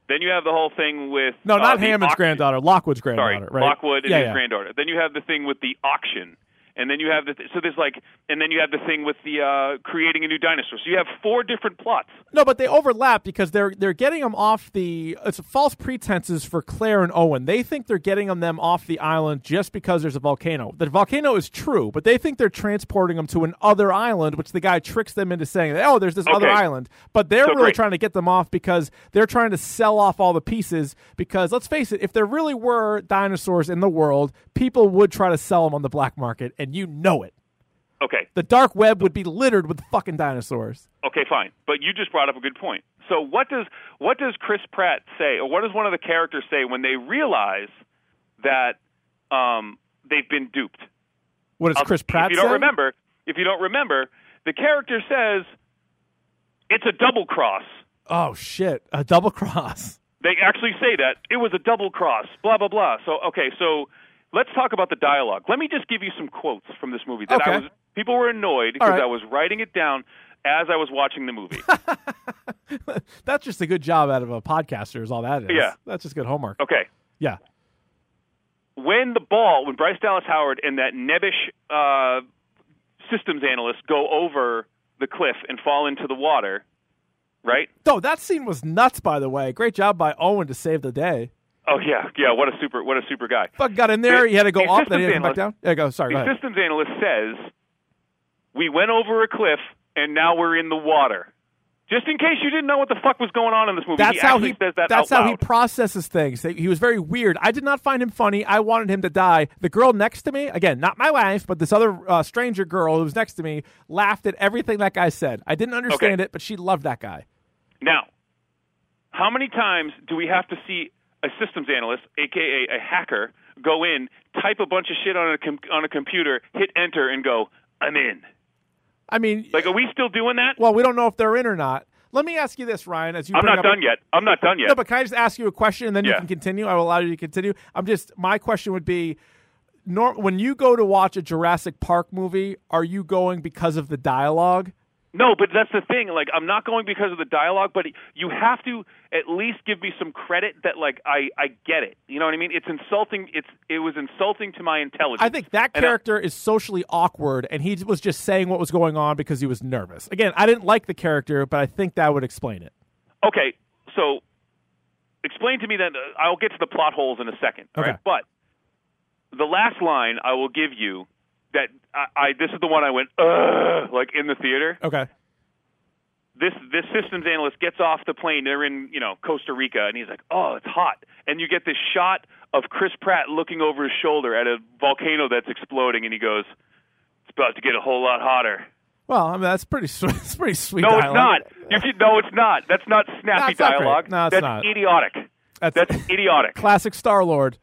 then you have the whole thing with no, uh, not the Hammond's auction- granddaughter, Lockwood's sorry granddaughter, right? Lockwood and yeah, his yeah. granddaughter then you have the thing with the auction and then you have the th- so there's like and then you have the thing with the uh creating a new dinosaur so you have four different plots No, but they overlap because they're they're getting them off the. It's false pretenses for Claire and Owen. They think they're getting 'em them off the island just because there's a volcano. The volcano is true, but they think they're transporting them to an other island, which the guy tricks them into saying, "Oh, there's this other Okay. island." But they're So really great. trying to get them off because they're trying to sell off all the pieces. Because let's face it, if there really were dinosaurs in the world, people would try to sell them on the black market, and you know it. okay The dark web would be littered with fucking dinosaurs. Okay, fine. But you just brought up a good point. So what does what does Chris Pratt say, or what does one of the characters say when they realize that um, they've been duped? What does I'll- Chris Pratt Um, If you don't say? remember, if you don't remember, the character says it's a double cross. Oh shit! A double cross. They actually say that it was a double cross. Blah blah blah. So okay, so let's talk about the dialogue. Let me just give you some quotes from this movie that I Okay. was people were annoyed All right. because I was writing it down as I was watching the movie. That's just a good job out of a podcaster. Is all that is. Yeah. Oh. That's just good homework. okay. Yeah. when the ball, when Bryce Dallas Howard and that nebbish uh, systems analyst go over the cliff and fall into the water, right? No, that scene was nuts. By the way, great job by Owen to save the day. Oh yeah, yeah. What a super, what a super guy. Fuck, got in there. The- He had to go the up, then he had to come systems back down. Yeah, go. Sorry, go The ahead. systems analyst says, "We went over a cliff and now we're in the water." Just in case you didn't know what the fuck was going on in this movie, That's he how actually he. says that that's out how he loud. processes things. He was very weird. I did not find him funny. I wanted him to die. The girl next to me, again, not my wife, but this other uh, stranger girl who was next to me, laughed at everything that guy said. I didn't understand it, but she loved that guy. Now, how many times do we have to see a systems analyst, aka a hacker, go in, type a bunch of shit on a com- on a computer, hit enter, and go, "I'm in." I mean, Like, are we still doing that? well, we don't know if they're in or not. Let me ask you this, Ryan. As you, I'm bring not up- done yet. I'm not done yet. No, but can I just ask you a question and then you Yeah. can continue? I will allow you to continue. I'm just my question would be nor, when you go to watch a Jurassic Park movie, are you going because of the dialogue? No, but that's the thing. Like, I'm not going because of the dialogue, but you have to at least give me some credit that, like, I I get it. You know what I mean? It's insulting. It's it was insulting to my intelligence. I think that And I- character is socially awkward and he was just saying what was going on because he was nervous. Again, I didn't like the character, but I think that would explain it. Okay, so explain to me then. Uh, I'll get to the plot holes in a second. all Okay. right? But the last line I will give you that I, I this is the one I went Ugh, like in the theater. Okay. This this systems analyst gets off the plane. They're in you know Costa Rica, and he's like, oh, it's hot. And you get this shot of Chris Pratt looking over his shoulder at a volcano that's exploding, and he goes, "It's about to get a whole lot hotter." Well, I mean that's pretty sweet. That's pretty sweet. No, dialogue. it's not. You can- no, it's not. That's not snappy it's not great. dialogue. No, it's that's not. idiotic. That's- that's idiotic. Classic Star Lord,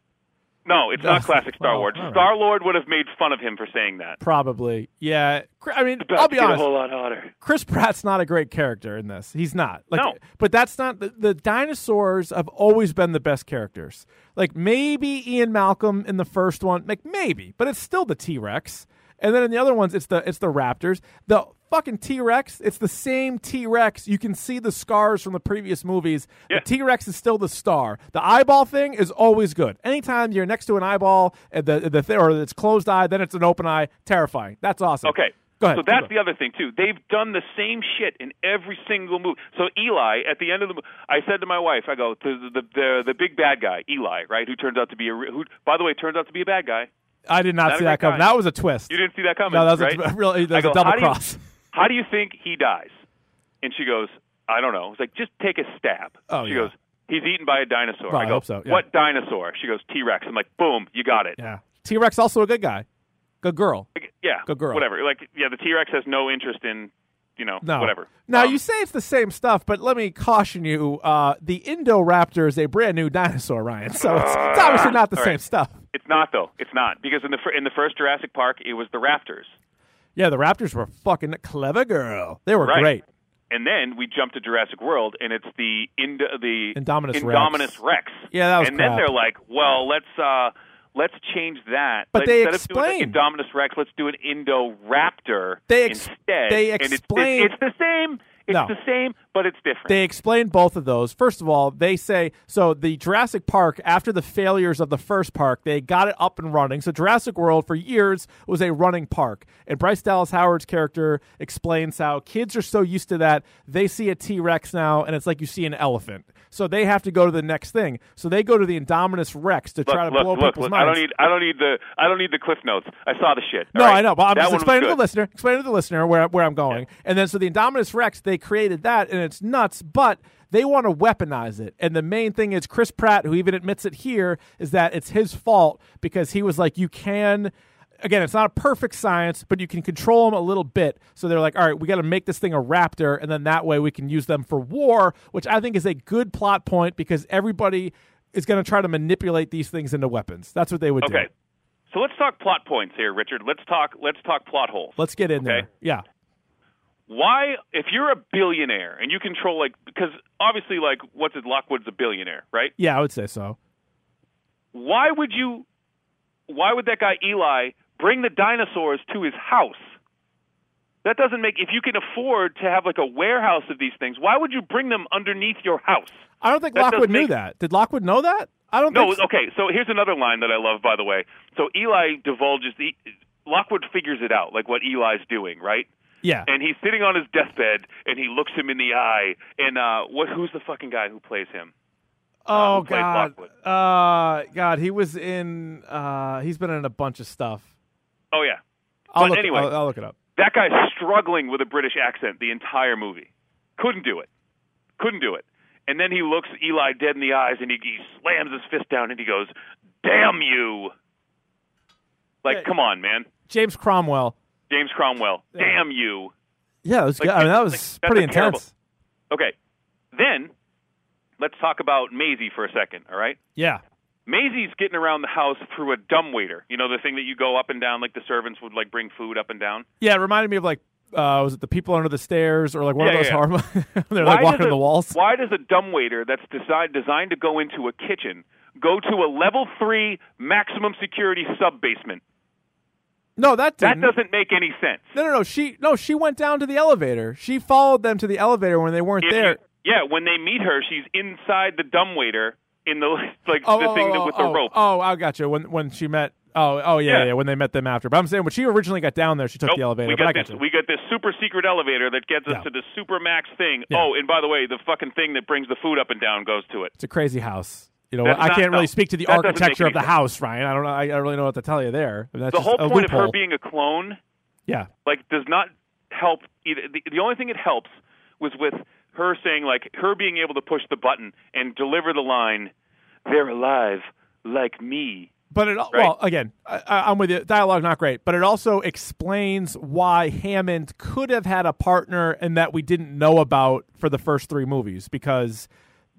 No, it's not Oh, classic Star oh, Wars. all right. Star Lord would have made fun of him for saying that. probably. Yeah. Cr- I mean, But I'll be get honest. a whole lot hotter. Chris Pratt's not a great character in this. He's not. Like, No. But that's not the, the dinosaurs have always been the best characters. Like maybe Ian Malcolm in the first one, like maybe, but it's still the T Rex. And then in the other ones, it's the it's the Raptors. The fucking T Rex. It's the same T Rex. You can see the scars from the previous movies. Yeah. The T Rex is still the star. The eyeball thing is always good. Anytime uh, you're next to an eyeball, and the the th- or it's closed eye, then it's an open eye. Terrifying. That's awesome. Okay, Go ahead. So that's the other thing too. They've done the same shit in every single movie. So Eli, at the end of the, mo- I said to my wife, I go to the the the, the big bad guy, Eli, right? Who turns out to be a re- who, by the way, turns out to be a bad guy. I did not Not a see that great coming. guy. That was a twist. You didn't see that coming, No, that was right? a, really, that I was go, a double how do you- cross. How do you think he dies? And she goes, I don't know. It's like just take a stab. Oh, she yeah. goes, he's eaten by a dinosaur. Well, I I go, hope so, yeah. what dinosaur? She goes, T Rex. I'm like, boom, you got it. yeah. T Rex also a good guy. Good girl. Like, yeah, Good girl. Whatever. Like, yeah, the T Rex has no interest in, you know, No. whatever. Now Um, you say it's the same stuff, but let me caution you: uh, the Indoraptor is a brand new dinosaur, Ryan. So it's, it's obviously not the Uh, All same right. stuff. It's not though. It's not because in the fir- in the first Jurassic Park, it was the raptors, Yeah, the Raptors were fucking clever, girl. They were right? great. And then we jump to Jurassic World, and it's the Ind- the Indominus Rex. Indominus Rex. Yeah, that was And crap. then they're like, well, let's uh, let's change that. But Let- they instead explain. of doing an Indominus Rex, let's do an Indoraptor They ex- instead. they and it's, it's- explain- It's, the same. It's No. the same, but it's different. They explain both of those. First of all, they say so the Jurassic Park, after the failures of the first park, they got it up and running. So Jurassic World for years was a running park. And Bryce Dallas Howard's character explains how kids are so used to that, they see a T Rex now and it's like you see an elephant. So they have to go to the next thing. So they go to the Indominus Rex to Look, try to look, blow look, people's look. I minds. don't need. I don't need the. I don't need the cliff notes. I saw the shit. No, all right? I know, but I'm That just one was explaining to good. the listener, explaining to the listener where where I'm going. And then so the Indominus Rex, they created that, and it's nuts, but they want to weaponize it. And the main thing is Chris Pratt, who even admits it here, is that it's his fault because he was like, you can. Again, it's not a perfect science, but you can control them a little bit. So they're like, all right, we got to make this thing a raptor, and then that way we can use them for war, which I think is a good plot point because everybody is going to try to manipulate these things into weapons. That's what they would Okay. do. So let's talk plot points here, Richard. Let's talk let's talk plot holes. Let's get in Okay. there. Yeah. Why if you're a billionaire and you control like because obviously like what's it Lockwood's a billionaire, right? Yeah, I would say so. Why would you why would that guy Eli bring the dinosaurs to his house? That doesn't make if you can afford to have like a warehouse of these things, why would you bring them underneath your house? I don't think That Lockwood doesn't knew make- that. Did Lockwood know that? I don't No, think so. okay. So here's another line that I love, by the way. So Eli divulges the Lockwood figures it out, like what Eli's doing, right? Yeah. And he's sitting on his deathbed, and he looks him in the eye. And uh, what? Who's the fucking guy who plays him? oh who played God. Lockwood? Uh, God, he was in. Uh, he's been in a bunch of stuff. Oh yeah, I'll But look, anyway. I'll, I'll look it up. that guy's struggling with a British accent the entire movie. Couldn't do it. Couldn't do it. And then he looks Eli dead in the eyes, and he, he slams his fist down, and he goes, "Damn you!" Like, Yeah. come on, man, James Cromwell. James Cromwell. Damn you. Yeah, it was. Like, good. I mean, that like, was that's a pretty terrible- intense. Okay. Then let's talk about Maisie for a second, all right? Yeah. Maisie's getting around the house through a dumbwaiter. You know, the thing that you go up and down, like the servants would like bring food up and down. Yeah, it reminded me of like, uh, was it the people under the stairs or like one Yeah, of those yeah. horror? mo- They're like does walking a- on the walls. Why does a dumbwaiter that's designed designed to go into a kitchen go to a level three maximum security sub basement? No, that That didn't. doesn't make any sense. no, no, no. She no, she went down to the elevator. She followed them to the elevator when they weren't If there. you- yeah, when they meet her, she's inside the dumbwaiter in the like the thing that with the oh, rope. Oh, I got you. When when she met. Oh, oh yeah, yeah, Yeah. When they met them after. But I'm saying when she originally got down there, she took Nope, the elevator. We but I got, got this. you. We got this super secret elevator that gets us Yeah. to the super max thing. Yeah. Oh, and by the way, the fucking thing that brings the food up and down goes to it. it's a crazy house. You know, That's I not- can't really no. speak to the That doesn't make architecture of any the sense. house, Ryan. I don't know. I, I don't really know what to tell you there. That's The just whole a point of her loophole. being a clone, yeah, like, does not help. Either. The, the only thing it helps was with her saying, like, her being able to push the button and deliver the line, "They're alive like me." But it al- well again, I, I- I'm with you. Dialogue not great, but it also explains why Hammond could have had a partner and that we didn't know about for the first three movies because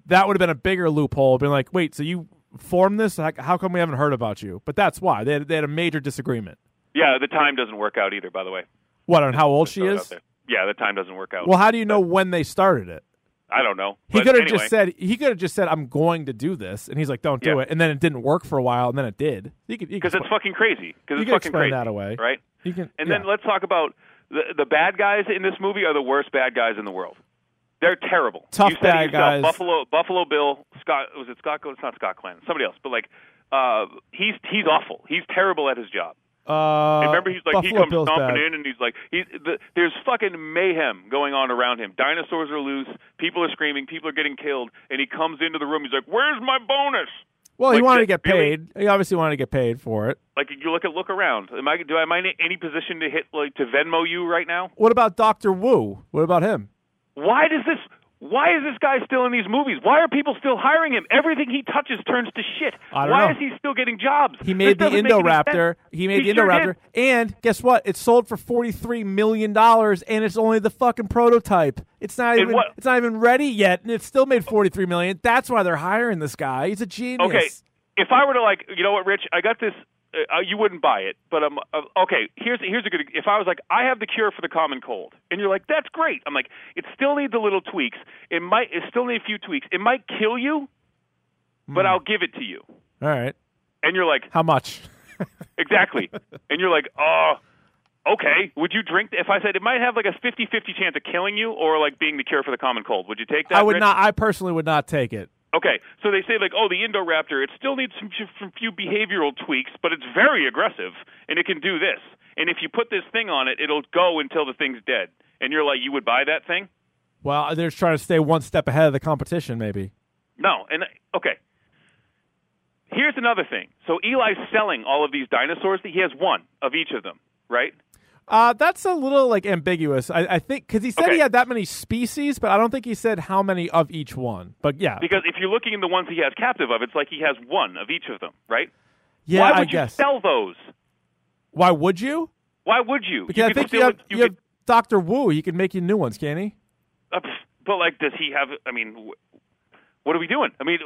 that would have been a bigger loophole. Been like, wait, so you formed this? Like, How come we haven't heard about you? But that's why they had, they had a major disagreement. Yeah, the time doesn't work out either. By the way, What on how old she Throw it out is? there. Yeah, the time doesn't work out. Well, how do you know when they started it? I don't know. He But could have anyway. just said he could have just said I'm going to do this, and he's like, "Don't do Yeah. it," and then it didn't work for a while, and then it did. You could because it's fucking crazy. Because You it's can fucking explain crazy. that away. right? You can- And yeah. then let's talk about the the bad guys in this movie are the worst bad guys in the world. They're terrible. Tough you said it bad yourself. guys. Buffalo Buffalo Bill Scott was it Scott? It's not Scott Glenn. Somebody else. But like, uh, he's he's awful. He's terrible at his job. Uh, And remember, he's like he Buffalo comes Bills stomping bad. in, and he's like, he, the, there's fucking mayhem going on around him. Dinosaurs are loose, people are screaming, people are getting killed, and he comes into the room. He's like, "Where's my bonus?" Well, he Like, wanted to that get really- paid. He obviously wanted to get paid for it. Like you look at look around. Am I do I am I in any position to hit like to Venmo you right now? What about Doctor Wu? What about him? Why does this? Why is this guy still in these movies? Why are people still hiring him? Everything he touches turns to shit. I don't why know. is he still getting jobs? He made the This doesn't make any Indoraptor. sense. He made the sure did. Indoraptor. and guess what? It sold for forty three million dollars, and it's only the fucking prototype. It's not And even. what- It's not even ready yet, and it still made forty three million. That's why they're hiring this guy. He's a genius. Okay, if I were to like, you know what, Rich, I got this. Uh, you wouldn't buy it, but um, uh, okay. Here's here's a good. If I was like, I have the cure for the common cold, and you're like, that's great. I'm like, it still needs a little tweaks. It might, it still needs a few tweaks. It might kill you, Hmm. but I'll give it to you. All right. And you're like, How much? Exactly. and you're like, oh, okay. Would you drink? If I said it might have like a 50 50 chance of killing you or like being the cure for the common cold, would you take that? I would Rich? not. I personally would not take it. Okay. So they say, like, oh, the Indoraptor, it still needs some, some few behavioral tweaks, but it's very aggressive and it can do this. And if you put this thing on it, it'll go until the thing's dead. And you're like, you would buy that thing? Well, they're just trying to stay one step ahead of the competition, maybe. No, and okay. Here's another thing. So Eli's selling all of these dinosaurs. He has one of each of them, right? Uh, that's a little like ambiguous. I, I think because he said Okay. he had that many species, but I don't think he said how many of each one. But yeah, Because if you're looking in the ones he has captive of, it's like he has one of each of them, right? yeah, Why I would you guess. sell those? Why would you? Why would you? Because I could think you still- have you, you have Doctor Wu. He can make you new ones, can he? could- uh, pff, but like, does he have? I mean, wh- what are we doing? I mean,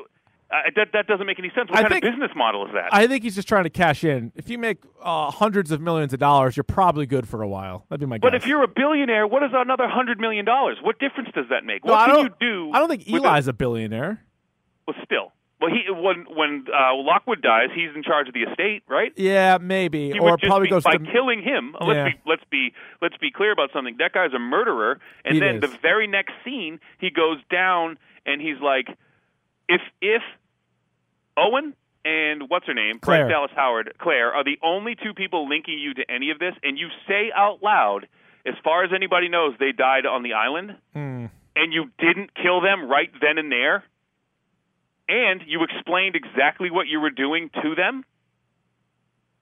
uh, that that doesn't make any sense. What I kind think- of business model is that? I think he's just trying to cash in. If you make uh, hundreds of millions of dollars, you're probably good for a while. That'd be my guess. but if you're a billionaire, what is another hundred million dollars? What difference does that make? No, what I can don't- you do? I don't think with Eli's a billionaire. A, well, still, well, he when when uh, Lockwood dies, he's in charge of the estate, right? Yeah, maybe, He or would just probably be, goes by to killing him. Let's Yeah. be let's be let's be clear about something. That guy's a murderer. And He then is. the very next scene, he goes down and he's like, if if Owen and what's her name, Claire. Bryce Dallas Howard, Claire are the only two people linking you to any of this, and you say out loud, as far as anybody knows, they died on the island, and you didn't kill them right then and there. And you explained exactly what you were doing to them.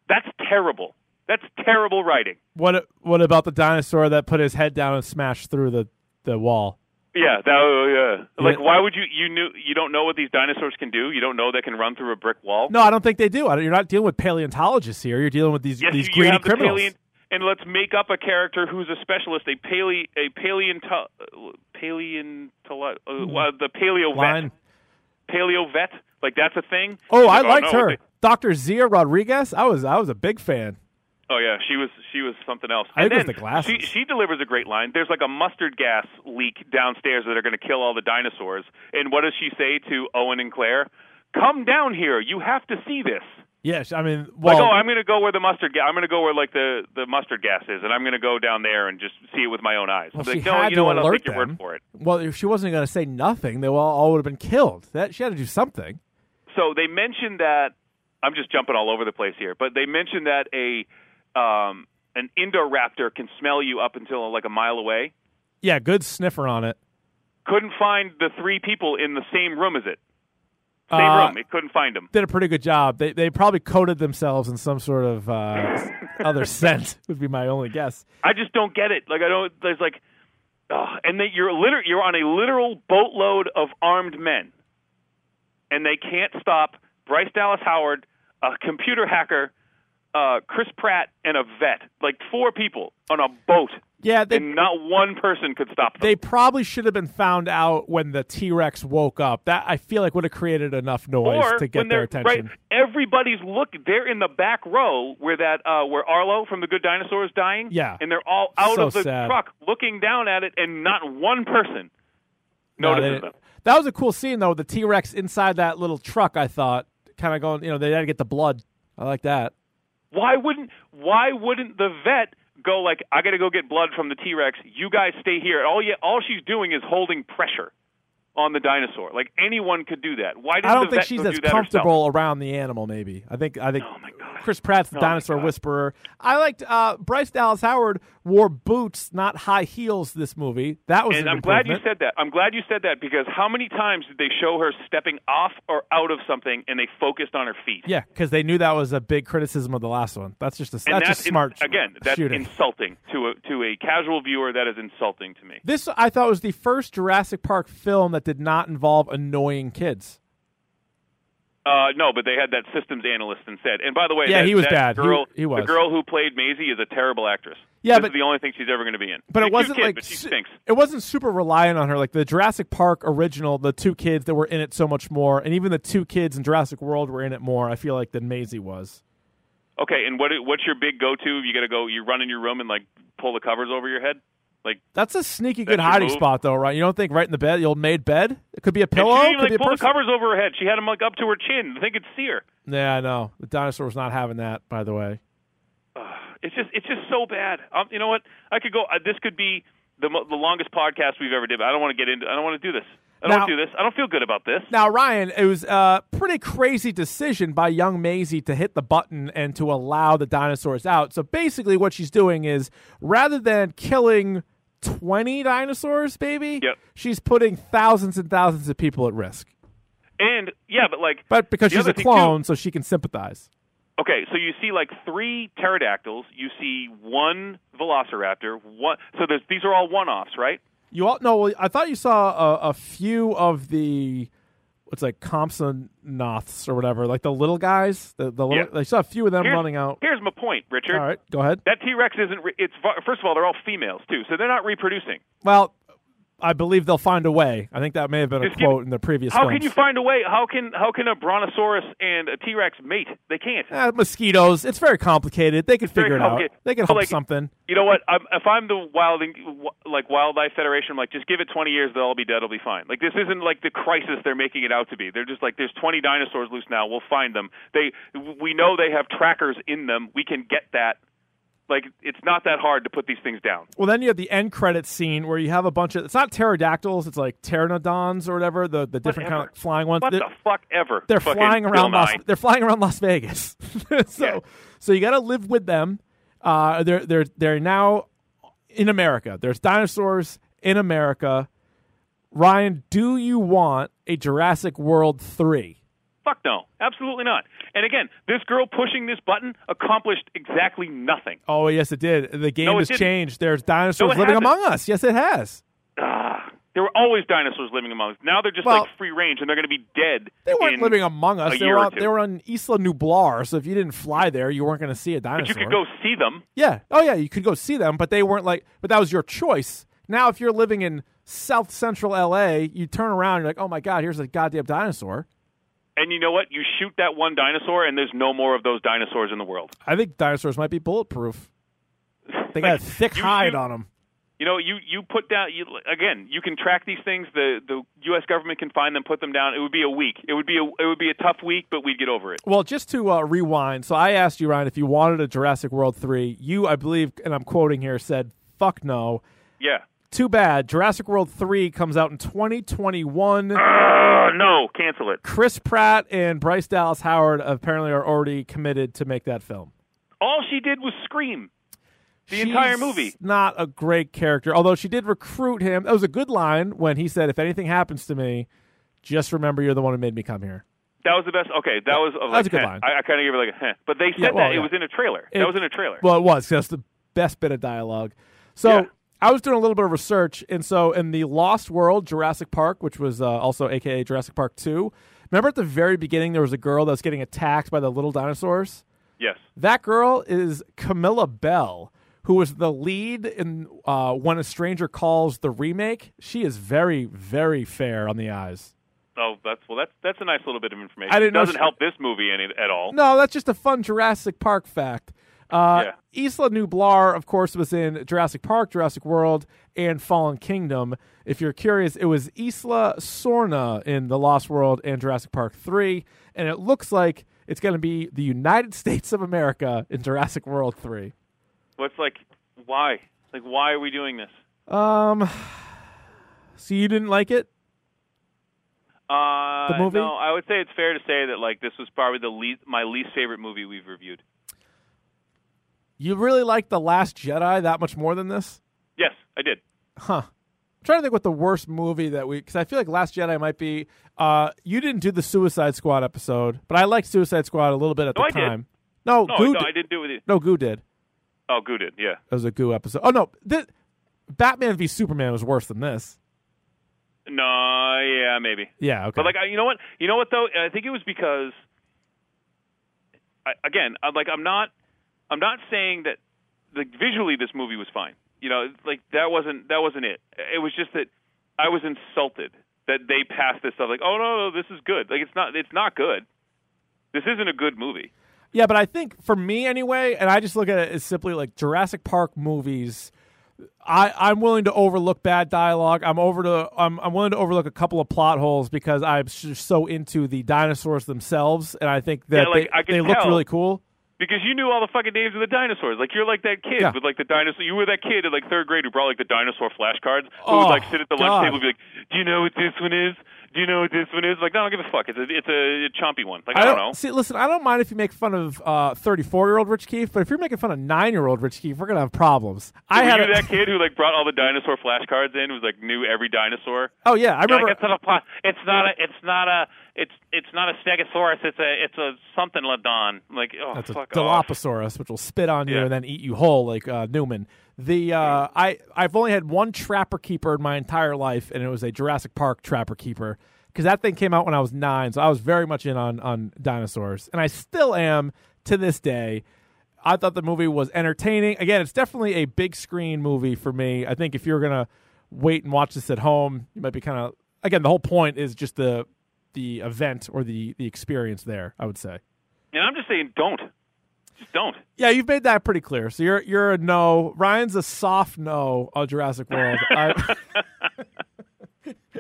That's terrible. That's terrible writing. what? What about the dinosaur that put his head down and smashed through the the wall? Yeah, that, oh, yeah. Like, Yeah. why would you? You knew you don't know what these dinosaurs can do. You don't know they can run through a brick wall. No, I don't think they do. I don't, you're not dealing with paleontologists here. You're dealing with these yes, these you greedy have the criminals. paleo- and let's make up a character who's a specialist, a paleo, a paleonto, paleontolo- uh, Hmm. uh, the paleo Line. vet, paleo vet. Like that's a thing. Oh, Like, I liked no, her, they- Doctor Zia Rodriguez. I was I was a big fan. Oh yeah, she was she was something else. I and think it was then the glasses. She, she delivers a great line. There's like a mustard gas leak downstairs that are going to kill all the dinosaurs. And what does she say to Owen and Claire? Come down here. You have to see this. Yes, I mean, well, like, oh, I'm going to go where the mustard gas. I'm going to go where like the the mustard gas is, and I'm going to go down there and just see it with my own eyes. well, Like, she no, had you know to what? alert I'll take them. your word for it. Well, if she wasn't going to say nothing, they all, all would have been killed. That she had to do something. So they mentioned that I'm just jumping all over the place here, but they mentioned that a um, an Indoraptor can smell you up until like a mile away. Yeah, good sniffer on it. couldn't find the three people in the same room as it. Same Uh, room. It couldn't find them. Did a pretty good job. They they probably coated themselves in some sort of uh, other scent. Would be my only guess. I just don't get it. Like I don't. There's like, ugh. and that you're liter- You're on a literal boatload of armed men, and they can't stop Bryce Dallas Howard, a computer hacker, uh, Chris Pratt, and a vet. Like four people on a boat, Yeah, they and not one person could stop them. they probably should have been found out when the T Rex woke up. That I feel like would have created enough noise or to get when their they're attention. right, everybody's looking. They're in the back row where that uh, where Arlo from the Good Dinosaur is dying. Yeah. and they're all out So of the sad. truck looking down at it, and not one person No, they notices didn't. them. That was a cool scene though. with The T Rex inside that little truck. I thought kind of going. You know, they had to get the blood. I like that. Why wouldn't Why wouldn't the vet go like I got to go get blood from the T Rex? You guys stay here. All you, all she's doing is holding pressure. on the dinosaur. Like anyone could do that. Why didn't I don't the think vet she's go as do that herself? comfortable around the animal. Maybe I think I think Oh, my God. Chris Pratt's the Oh, my dinosaur God. whisperer. I liked uh, Bryce Dallas Howard wore boots, not high heels. This movie that was and an I'm glad you improvement. said that. I'm glad you said that because how many times did they show her stepping off or out of something and they focused on her feet? Yeah, because they knew that was a big criticism of the last one. That's just a, And that's, just in- smart. again. That's shooting. insulting to a to a casual viewer. That is insulting to me. This I thought was the first Jurassic Park film that did not involve annoying kids. Uh, no, but they had that systems analyst instead. And by the way, Yeah, that, he was bad. that He- Girl, he was. the girl who played Maisie is a terrible actress. Yeah, This but- is the only thing she's ever going to be in. But it She's a cute wasn't kid, like but she su- stinks. it wasn't super reliant on her. Like the Jurassic Park original, the two kids that were in it so much more, and even the two kids in Jurassic World were in it more. I feel like than Maisie was. Okay, and what what's your big go to? You got to go. You run in your room and like pull the covers over your head. Like That's a sneaky That's good your hiding move? spot, though, right? You don't think right in the bed, the old maid bed? It could be a and pillow, she didn't could even like be a pull the person. covers over her head. She had them like up to her chin. They could see her. Yeah, I know. The dinosaur was not having that, by the way. It's just it's just so bad. Um, you know what? I could go. Uh, this could be the mo- the longest podcast we've ever did. But I don't want to get into. I don't want to do this. I don't Now- want to do this. I don't feel good about this. Now, Ryan, it was a pretty crazy decision by young Maisie to hit the button and to allow the dinosaurs out. So basically, what she's doing is rather than killing 20 dinosaurs, baby, Yep. she's putting thousands and thousands of people at risk. And yeah, but like, But because the she's other a thing, clone, so she can sympathize. too- okay, so you see like three pterodactyls. You see one velociraptor. One. So there's these are all one offs, right? You all no. well, I thought you saw a, a few of the what's like Compsonoths or whatever, like the little guys. The the little, Yeah. I saw a few of them Here's- running out. Here's my point, Richard. All right, go ahead. That T Rex isn't. Re- it's vo- first of all, they're all females too, so they're not reproducing. Well, I believe they'll find a way. I think that may have been a Just give- quote in the previous. How films. can you find a way? How can how can a brontosaurus and a T Rex mate? They can't. Eh, mosquitoes? It's very complicated. They could very figure it out. complicated. They could But, help like, something. You know what? I'm, if I'm the wild, like wildlife federation, I'm like just give it 20 years, they'll all be dead. It'll be fine. Like this isn't like the crisis they're making it out to be. They're just like there's 20 dinosaurs loose now. We'll find them. They we know they have trackers in them. We can get that. Like it's not that hard to put these things down. Well, then you have the end credits scene where you have a bunch of. It's not pterodactyls. It's like pteranodons or whatever. The the different kind of Whatever. like, flying ones. What They're- the fuck ever? they're Fucking flying Bill around Las, Nye. they're flying around Las Vegas. so Yeah. so you got to live with them. Uh, they're they're they're now in America. There's dinosaurs in America. Ryan, do you want a Jurassic World 3? Fuck no, absolutely not. And again, this girl pushing this button accomplished exactly nothing. Oh, yes it did. The game No, it has didn't. changed. There's dinosaurs living hasn't. among us. Yes it has. There were always dinosaurs living among us. Now they're just Well- like free range, and they're going to be dead. They weren't in living among us. a They year were or out, two. they were on Isla Nublar, so if you didn't fly there, you weren't going to see a dinosaur. But you could go see them. Yeah. Oh yeah, you could go see them, but they weren't like but that was your choice. Now if you're living in South Central LA, you turn around and you're like, "Oh my god, here's a goddamn dinosaur." And you know what? You shoot that one dinosaur, and there's no more of those dinosaurs in the world. I think dinosaurs might be bulletproof. They got Like, a thick you hide shoot- on them. You know, you you put down you, again. You can track these things. The the U.S. government can find them, put them down. It would be a week. It would be a it would be a tough week, but we'd get over it. Well, just to uh, rewind, so I asked you Ryan if you wanted a Jurassic World 3. You, I believe, and I'm quoting here, said, "Fuck no." Yeah. Too bad. Jurassic World 3 comes out in 2021. Uh, no, cancel it. Chris Pratt and Bryce Dallas Howard apparently are already committed to make that film. All she did was scream. The entire She's movie. Not a great character, although she did recruit him. That was a good line when he said, "If anything happens to me, just remember you're the one who made me come here." That was the best. Okay, that was uh, That's like, a good heh. line. I, I kind of gave it like, a heh. but they said Yeah, well, that yeah. it was in a trailer. It- that was in a trailer. Well, it was. 'cause That's the best bit of dialogue. So Yeah. I was doing a little bit of research, and so in the Lost World, Jurassic Park, which was uh, also AKA Jurassic Park Two, remember at the very beginning there was a girl that was getting attacked by the little dinosaurs. yes. That girl is Camilla Bell, who was the lead in uh, When a Stranger Calls the remake. She is very, very fair on the eyes. Oh, that's well. That's that's a nice little bit of information. I didn't it know doesn't she- help this movie any at all. No, that's just a fun Jurassic Park fact. Uh, Isla Nublar, of course, was in Jurassic Park, Jurassic World, and Fallen Kingdom. If you're curious, it was Isla Sorna in The Lost World and Jurassic Park 3, and it looks like it's going to be the United States of America in Jurassic World 3. What's like why? Like why are we doing this? Um, so you didn't like it? Uh, The movie? No, I would say it's fair to say that like this was probably the least my least favorite movie we've reviewed. You really like The Last Jedi that much more than this? Yes, I did. I'm trying to think what the worst movie that we because I feel like Last Jedi might be. Uh, you didn't do the Suicide Squad episode, but I liked Suicide Squad a little bit at No, the I did. time. No, No, Goo no, did. I didn't do it with you. no, Goo did. Oh, Goo did. Yeah. That was a Goo episode. Oh no, thi- Batman v Superman was worse than this. No, yeah, maybe. Yeah, okay. But like, I, you know what? You know what though? I think it was because, I, again, I'm like, I'm not, I'm not saying that, like, visually this movie was fine. You know, like that wasn't that wasn't it. It was just that I was insulted that they passed this stuff. Like, oh no, no, this is good. Like, it's not, it's not good. This isn't a good movie. Yeah, but I think for me anyway, and I just look at it as simply like Jurassic Park movies. I, I'm willing to overlook bad dialogue. I'm over to I'm, I'm willing to overlook a couple of plot holes because I'm s- so into the dinosaurs themselves, and I think that Yeah, like, they, I can they looked tell. really cool. Because you knew all the fucking names of the dinosaurs. Like you're like that kid Yeah. with like the dinosaur. You were that kid in like third grade who brought like the dinosaur flashcards. Who Oh, would like sit at the God. lunch table and be like, "Do you know what this one is? Do you know what this one is?" Like, no, I don't give a fuck. It's a it's a chompy one. Like I, don't, know. see. Listen, I don't mind if you make fun of 34 year old Rich Keefe, but if you're making fun of nine year old Rich Keefe, we're gonna have problems. I were had you a, that kid who like brought all the dinosaur flashcards in? Who was like knew every dinosaur. oh yeah, I You're remember. Like, it's not a pla- it's not a it's not a it's it's not a stegosaurus. It's a it's a something ladon. Like oh That's a fuck off. Dilophosaurus, which will spit on you Yeah. Mm. and then eat you whole, like uh, Newman. The uh, I I've only had one trapper keeper in my entire life, and it was a Jurassic Park trapper keeper because that thing came out when I was nine, so I was very much in on on dinosaurs, and I still am to this day. I thought the movie was entertaining. Again, it's definitely a big screen movie for me. I think if you're gonna wait and watch this at home, you might be kind of again. The whole point is just the the event or the the experience there. I would say. And I'm just saying, don't, just don't. Yeah, you've made that pretty clear. So you're you're a no. Ryan's a soft no on Jurassic World. I-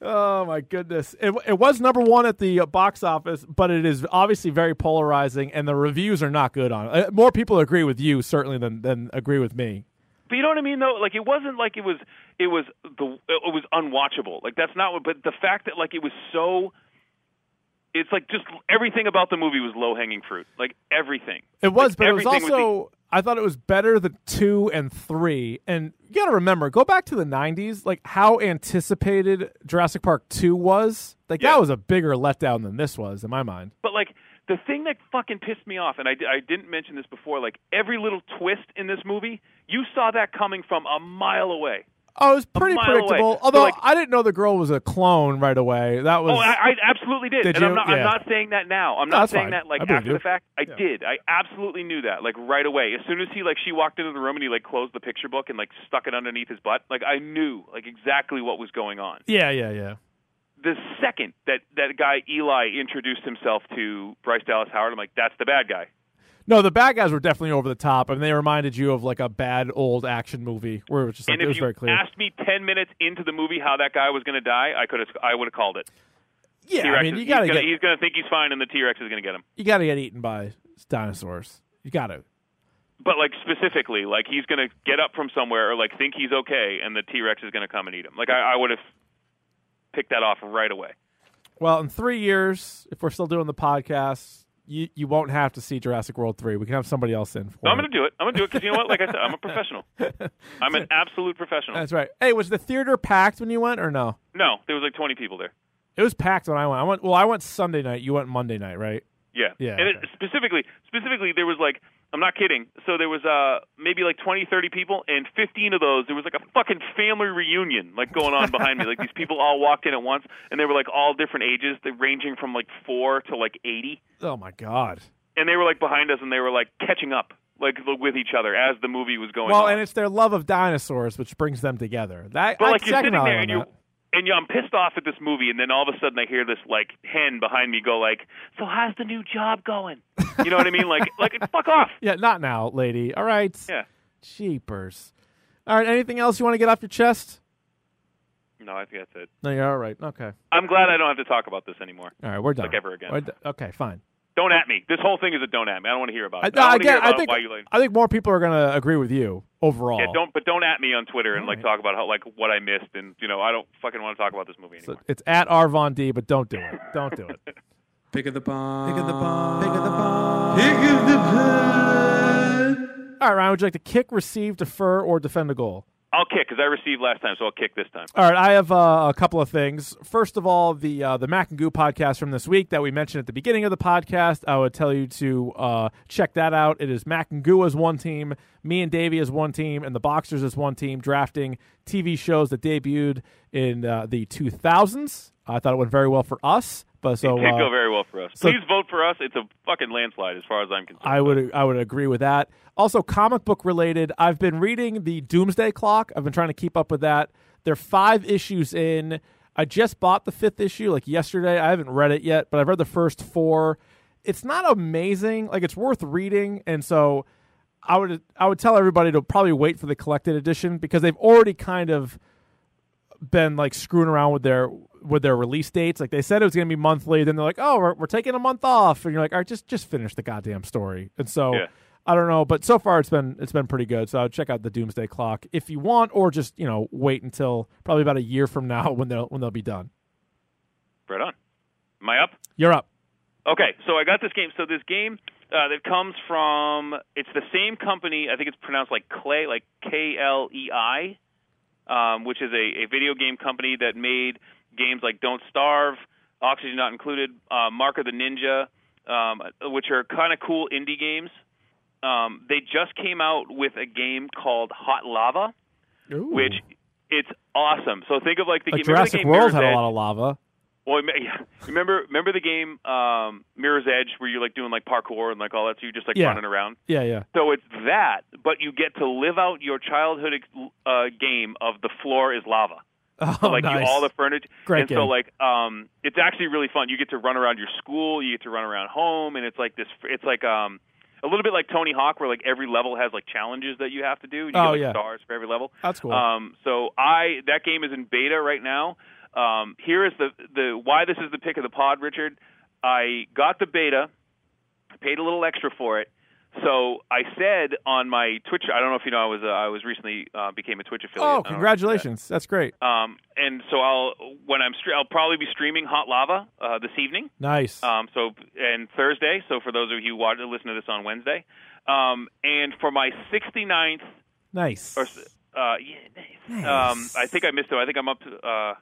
oh my goodness! It it was number one at the uh, box office, but it is obviously very polarizing, and the reviews are not good on it. Uh, More people agree with you certainly than than agree with me. But you know what I mean, though. Like it wasn't like it was it was the it was unwatchable. Like that's not what. But the fact that like it was so, it's like just everything about the movie was low hanging fruit. Like everything. It was, Like, but it was everything also. I thought it was better than two and three. And you got to remember, go back to the '90s, like how anticipated Jurassic Park two was. Like Yeah. that was a bigger letdown than this was, in my mind. But like the thing that fucking pissed me off, and I, I didn't mention this before. Like every little twist in this movie, you saw that coming from a mile away. Oh, it was pretty mile predictable. away. So, Although like- I didn't know the girl was a clone right away. That was Oh, I, I absolutely did, Did and you? I'm not, Yeah. I'm not saying that now. I'm No, not that's saying fine. that like I believe after you. the fact. I did. I absolutely knew that like right away. As soon as he like she walked into the room and he like closed the picture book and like stuck it underneath his butt. Like I knew like exactly what was going on. yeah, yeah, yeah. The second that that guy Eli introduced himself to Bryce Dallas Howard, I'm like, that's the bad guy. No, the bad guys were definitely over the top, and they reminded you of like a bad old action movie where it was just like and it was if you very clear. asked me ten minutes into the movie how that guy was going to die, I could have I would have called it. yeah, T-Rex I mean, is- you gotta he's gonna, get he's going to think he's fine, and the T Rex is going to get him. you gotta get eaten by dinosaurs. You gotta. But like specifically, like he's gonna get up from somewhere or like think he's okay, and the T Rex is gonna come and eat him. Like I, I would have picked that off right away. Well, in three years, if we're still doing the podcast, you you won't have to see Jurassic World three. We can have somebody else in for No, I'm it. gonna do it. I'm gonna do it because you know what? Like I said, I'm a professional. I'm an absolute professional. That's right. Hey, was the theater packed when you went or no? No, there was like 20 people there. It was packed when I went. I went. Well, I went Sunday night. You went Monday night, right? Yeah. Yeah, And it, okay. specifically, specifically, there was like I'm not kidding. So there was uh maybe like 20, 30 people, and 15 of those there was like a fucking family reunion like going on behind me. Like these people all walked in at once, and they were like all different ages, they ranging from like four to like 80. Oh my god. and they were like behind us and they were like catching up like with each other as the movie was going Well, on. and it's their love of dinosaurs which brings them together. That but I like you're second sitting on there and that. you're and you I'm pissed off at this movie and then all of a sudden I hear this like hen behind me go like, "So how's the new job going?" You know what I mean? Like like fuck off. Yeah, not now, lady. All right. Yeah. Cheapers. All right. Anything else you want to get off your chest? No, I think that's it. No, you're all right. Okay. I'm glad I don't have to talk about this anymore. All right. We're done. Like ever again. We're do- okay. Fine. Don't at me. This whole thing is a don't at me. I don't want to hear about I, it. I, don't want to again, hear about I think Oh. why you like I think more people are going to agree with you overall. Yeah, don't but don't at me on Twitter and like Alright. talk about how like what I missed and you know I don't fucking want to talk about this movie So anymore. it's at R Von D, but don't do it. Don't do it. Pick of the bomb. Pick of the bomb. Pick of the bomb. All right, Ryan, would you like to kick, receive, defer, or defend a goal? I'll kick because I received last time, so I'll kick this time. All right, I have uh, a couple of things. First of all, the uh, the Mac and Goo podcast from this week that we mentioned at the beginning of the podcast. I would tell you to uh, check that out. It is Mac and Goo as one team, me and Davey as one team, and the Boxers as one team drafting TV shows that debuted in uh, the 2000s. I thought it went very well for us, but so It did uh, go very well for us. so- Please vote for us. It's a fucking landslide as far as I'm concerned. I would I would agree with that. Also, comic book related, I've been reading the Doomsday Clock. I've been trying to keep up with that. There are five issues in. I just bought the fifth issue like yesterday. I haven't read it yet, but I've read the first four. It's not amazing. Like it's worth reading, and so I would I would tell everybody to probably wait for the collected edition because they've already kind of been like screwing around with their with their release dates. Like they said it was going to be monthly, then they're like, "Oh, we're, we're taking a month off," and you're like, "All right, just just finish the goddamn story." And so Yeah. I don't know, but so far it's been it's been pretty good. So I would check out the Doomsday Clock if you want, or just you know wait until probably about a year from now when they'll when they'll be done. Right on. Am I up? You're up. Okay, so I got this game. So this game uh, that comes from it's the same company. I think it's pronounced like Clay, like K L E I, um, which is a, a video game company that made games like Don't Starve, Oxygen Not Included, uh, Mark of the Ninja, um, which are kind of cool indie games. Um, they just came out with a game called Hot Lava, which it's awesome. So think of like the like game, remember the Jurassic game World Mirror's had Mm. a Edge? lot of lava. Well, I me- yeah. remember remember the game um, Mirror's Edge where you're like doing like parkour and like all that, so you're just like Yeah. running around. Yeah, yeah. So it's that, but you get to live out your childhood ex- uh, game of the floor is lava. Oh, So, like nice. you, all the furniture, Great and so game. like um, it's actually really fun. You get to run around your school, you get to run around home, and it's like this. It's like um, a little bit like Tony Hawk, where like every level has like challenges that you have to do. You Oh, get, like, yeah. stars for every level. That's cool. Oh, Um, so I that game is in beta right now. Um, here is the the why this is the pick of the pod, Richard. I got the beta, paid a little extra for it. So I said on my Twitch, I don't know if you know, I was uh, I was recently uh, became a Twitch affiliate. I oh, don't know if you know that. congratulations! That's great. Um, and so I'll when I'm stre- I'll probably be streaming Hot Lava uh, this evening. Nice. Um, so and Thursday. So for those of you who watch listen to this on Wednesday, um, and for my 69th nice. or s- uh, yeah, nice. um, I think I missed it. I think I'm up to. Uh,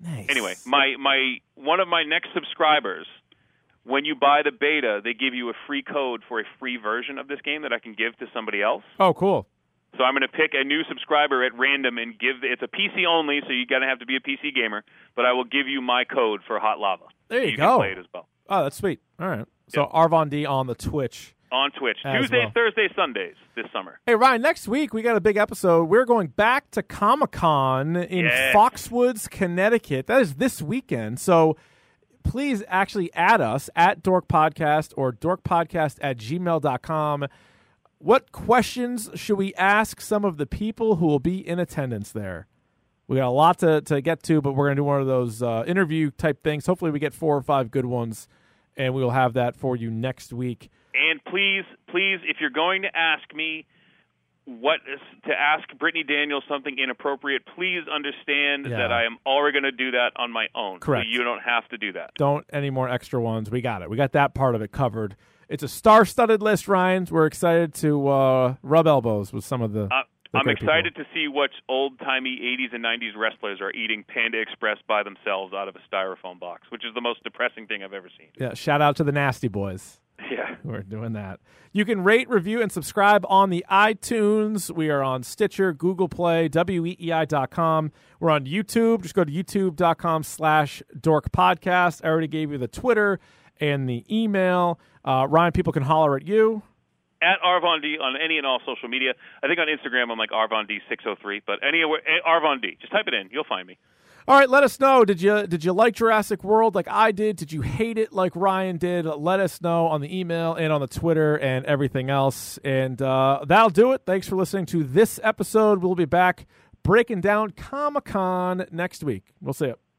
nice. anyway, my my one of my next subscribers, when you buy the beta, they give you a free code for a free version of this game that I can give to somebody else. Oh, cool. So I'm going to pick a new subscriber at random and give it's a PC only, so you're going to have to be a PC gamer. But I will give you my code for Hot Lava. There you you Can go. play it as well Oh, that's sweet. All right. So Arvon D on the Twitch. on Twitch As Tuesdays, well. Thursdays, Sundays this summer. Hey Ryan, next week we got a big episode. We're going back to Comic Con in Yes. Foxwoods, Connecticut. That is this weekend. So please actually add us at Dork Podcast or dorkpodcast at gmail.com. What questions should we ask some of the people who will be in attendance there? We got a lot to, to get to, but we're going to do one of those uh, interview type things. Hopefully, we get four or five good ones, and we will have that for you next week. And please, please, if you're going to ask me what is, to ask Brittany Daniels something inappropriate, please understand Yeah. that I am already going to do that on my own. So Correct. you don't have to do that. Don't any more extra ones. We got it. We got that part of it covered. It's a star-studded list, Ryan. We're excited to uh, rub elbows with some of the. I, the Uh, I'm great people. excited to see what old timey 80s and 90s wrestlers are eating Panda Express by themselves out of a styrofoam box, which is the most depressing thing I've ever seen. Yeah, shout out to the Nasty Boys. Yeah. We're doing that. You can rate, review, and subscribe on the iTunes. We are on Stitcher, Google Play, E WEEI.com. We're on YouTube. Just go to youtube.com slash dork podcast. I already gave you the Twitter and the email. Uh, Ryan, people can holler at you. At Arvon D on any and all social media. I think on Instagram I'm like Arvon D603, but anywhere, eh, Arvon D. Just type it in. You'll find me. All right, let us know. Did you did you like Jurassic World like I did? Did you hate it like Ryan did? Let us know on the email and on the Twitter and everything else. And uh, that'll do it. Thanks for listening to this episode. We'll be back breaking down Comic Con next week. We'll see you.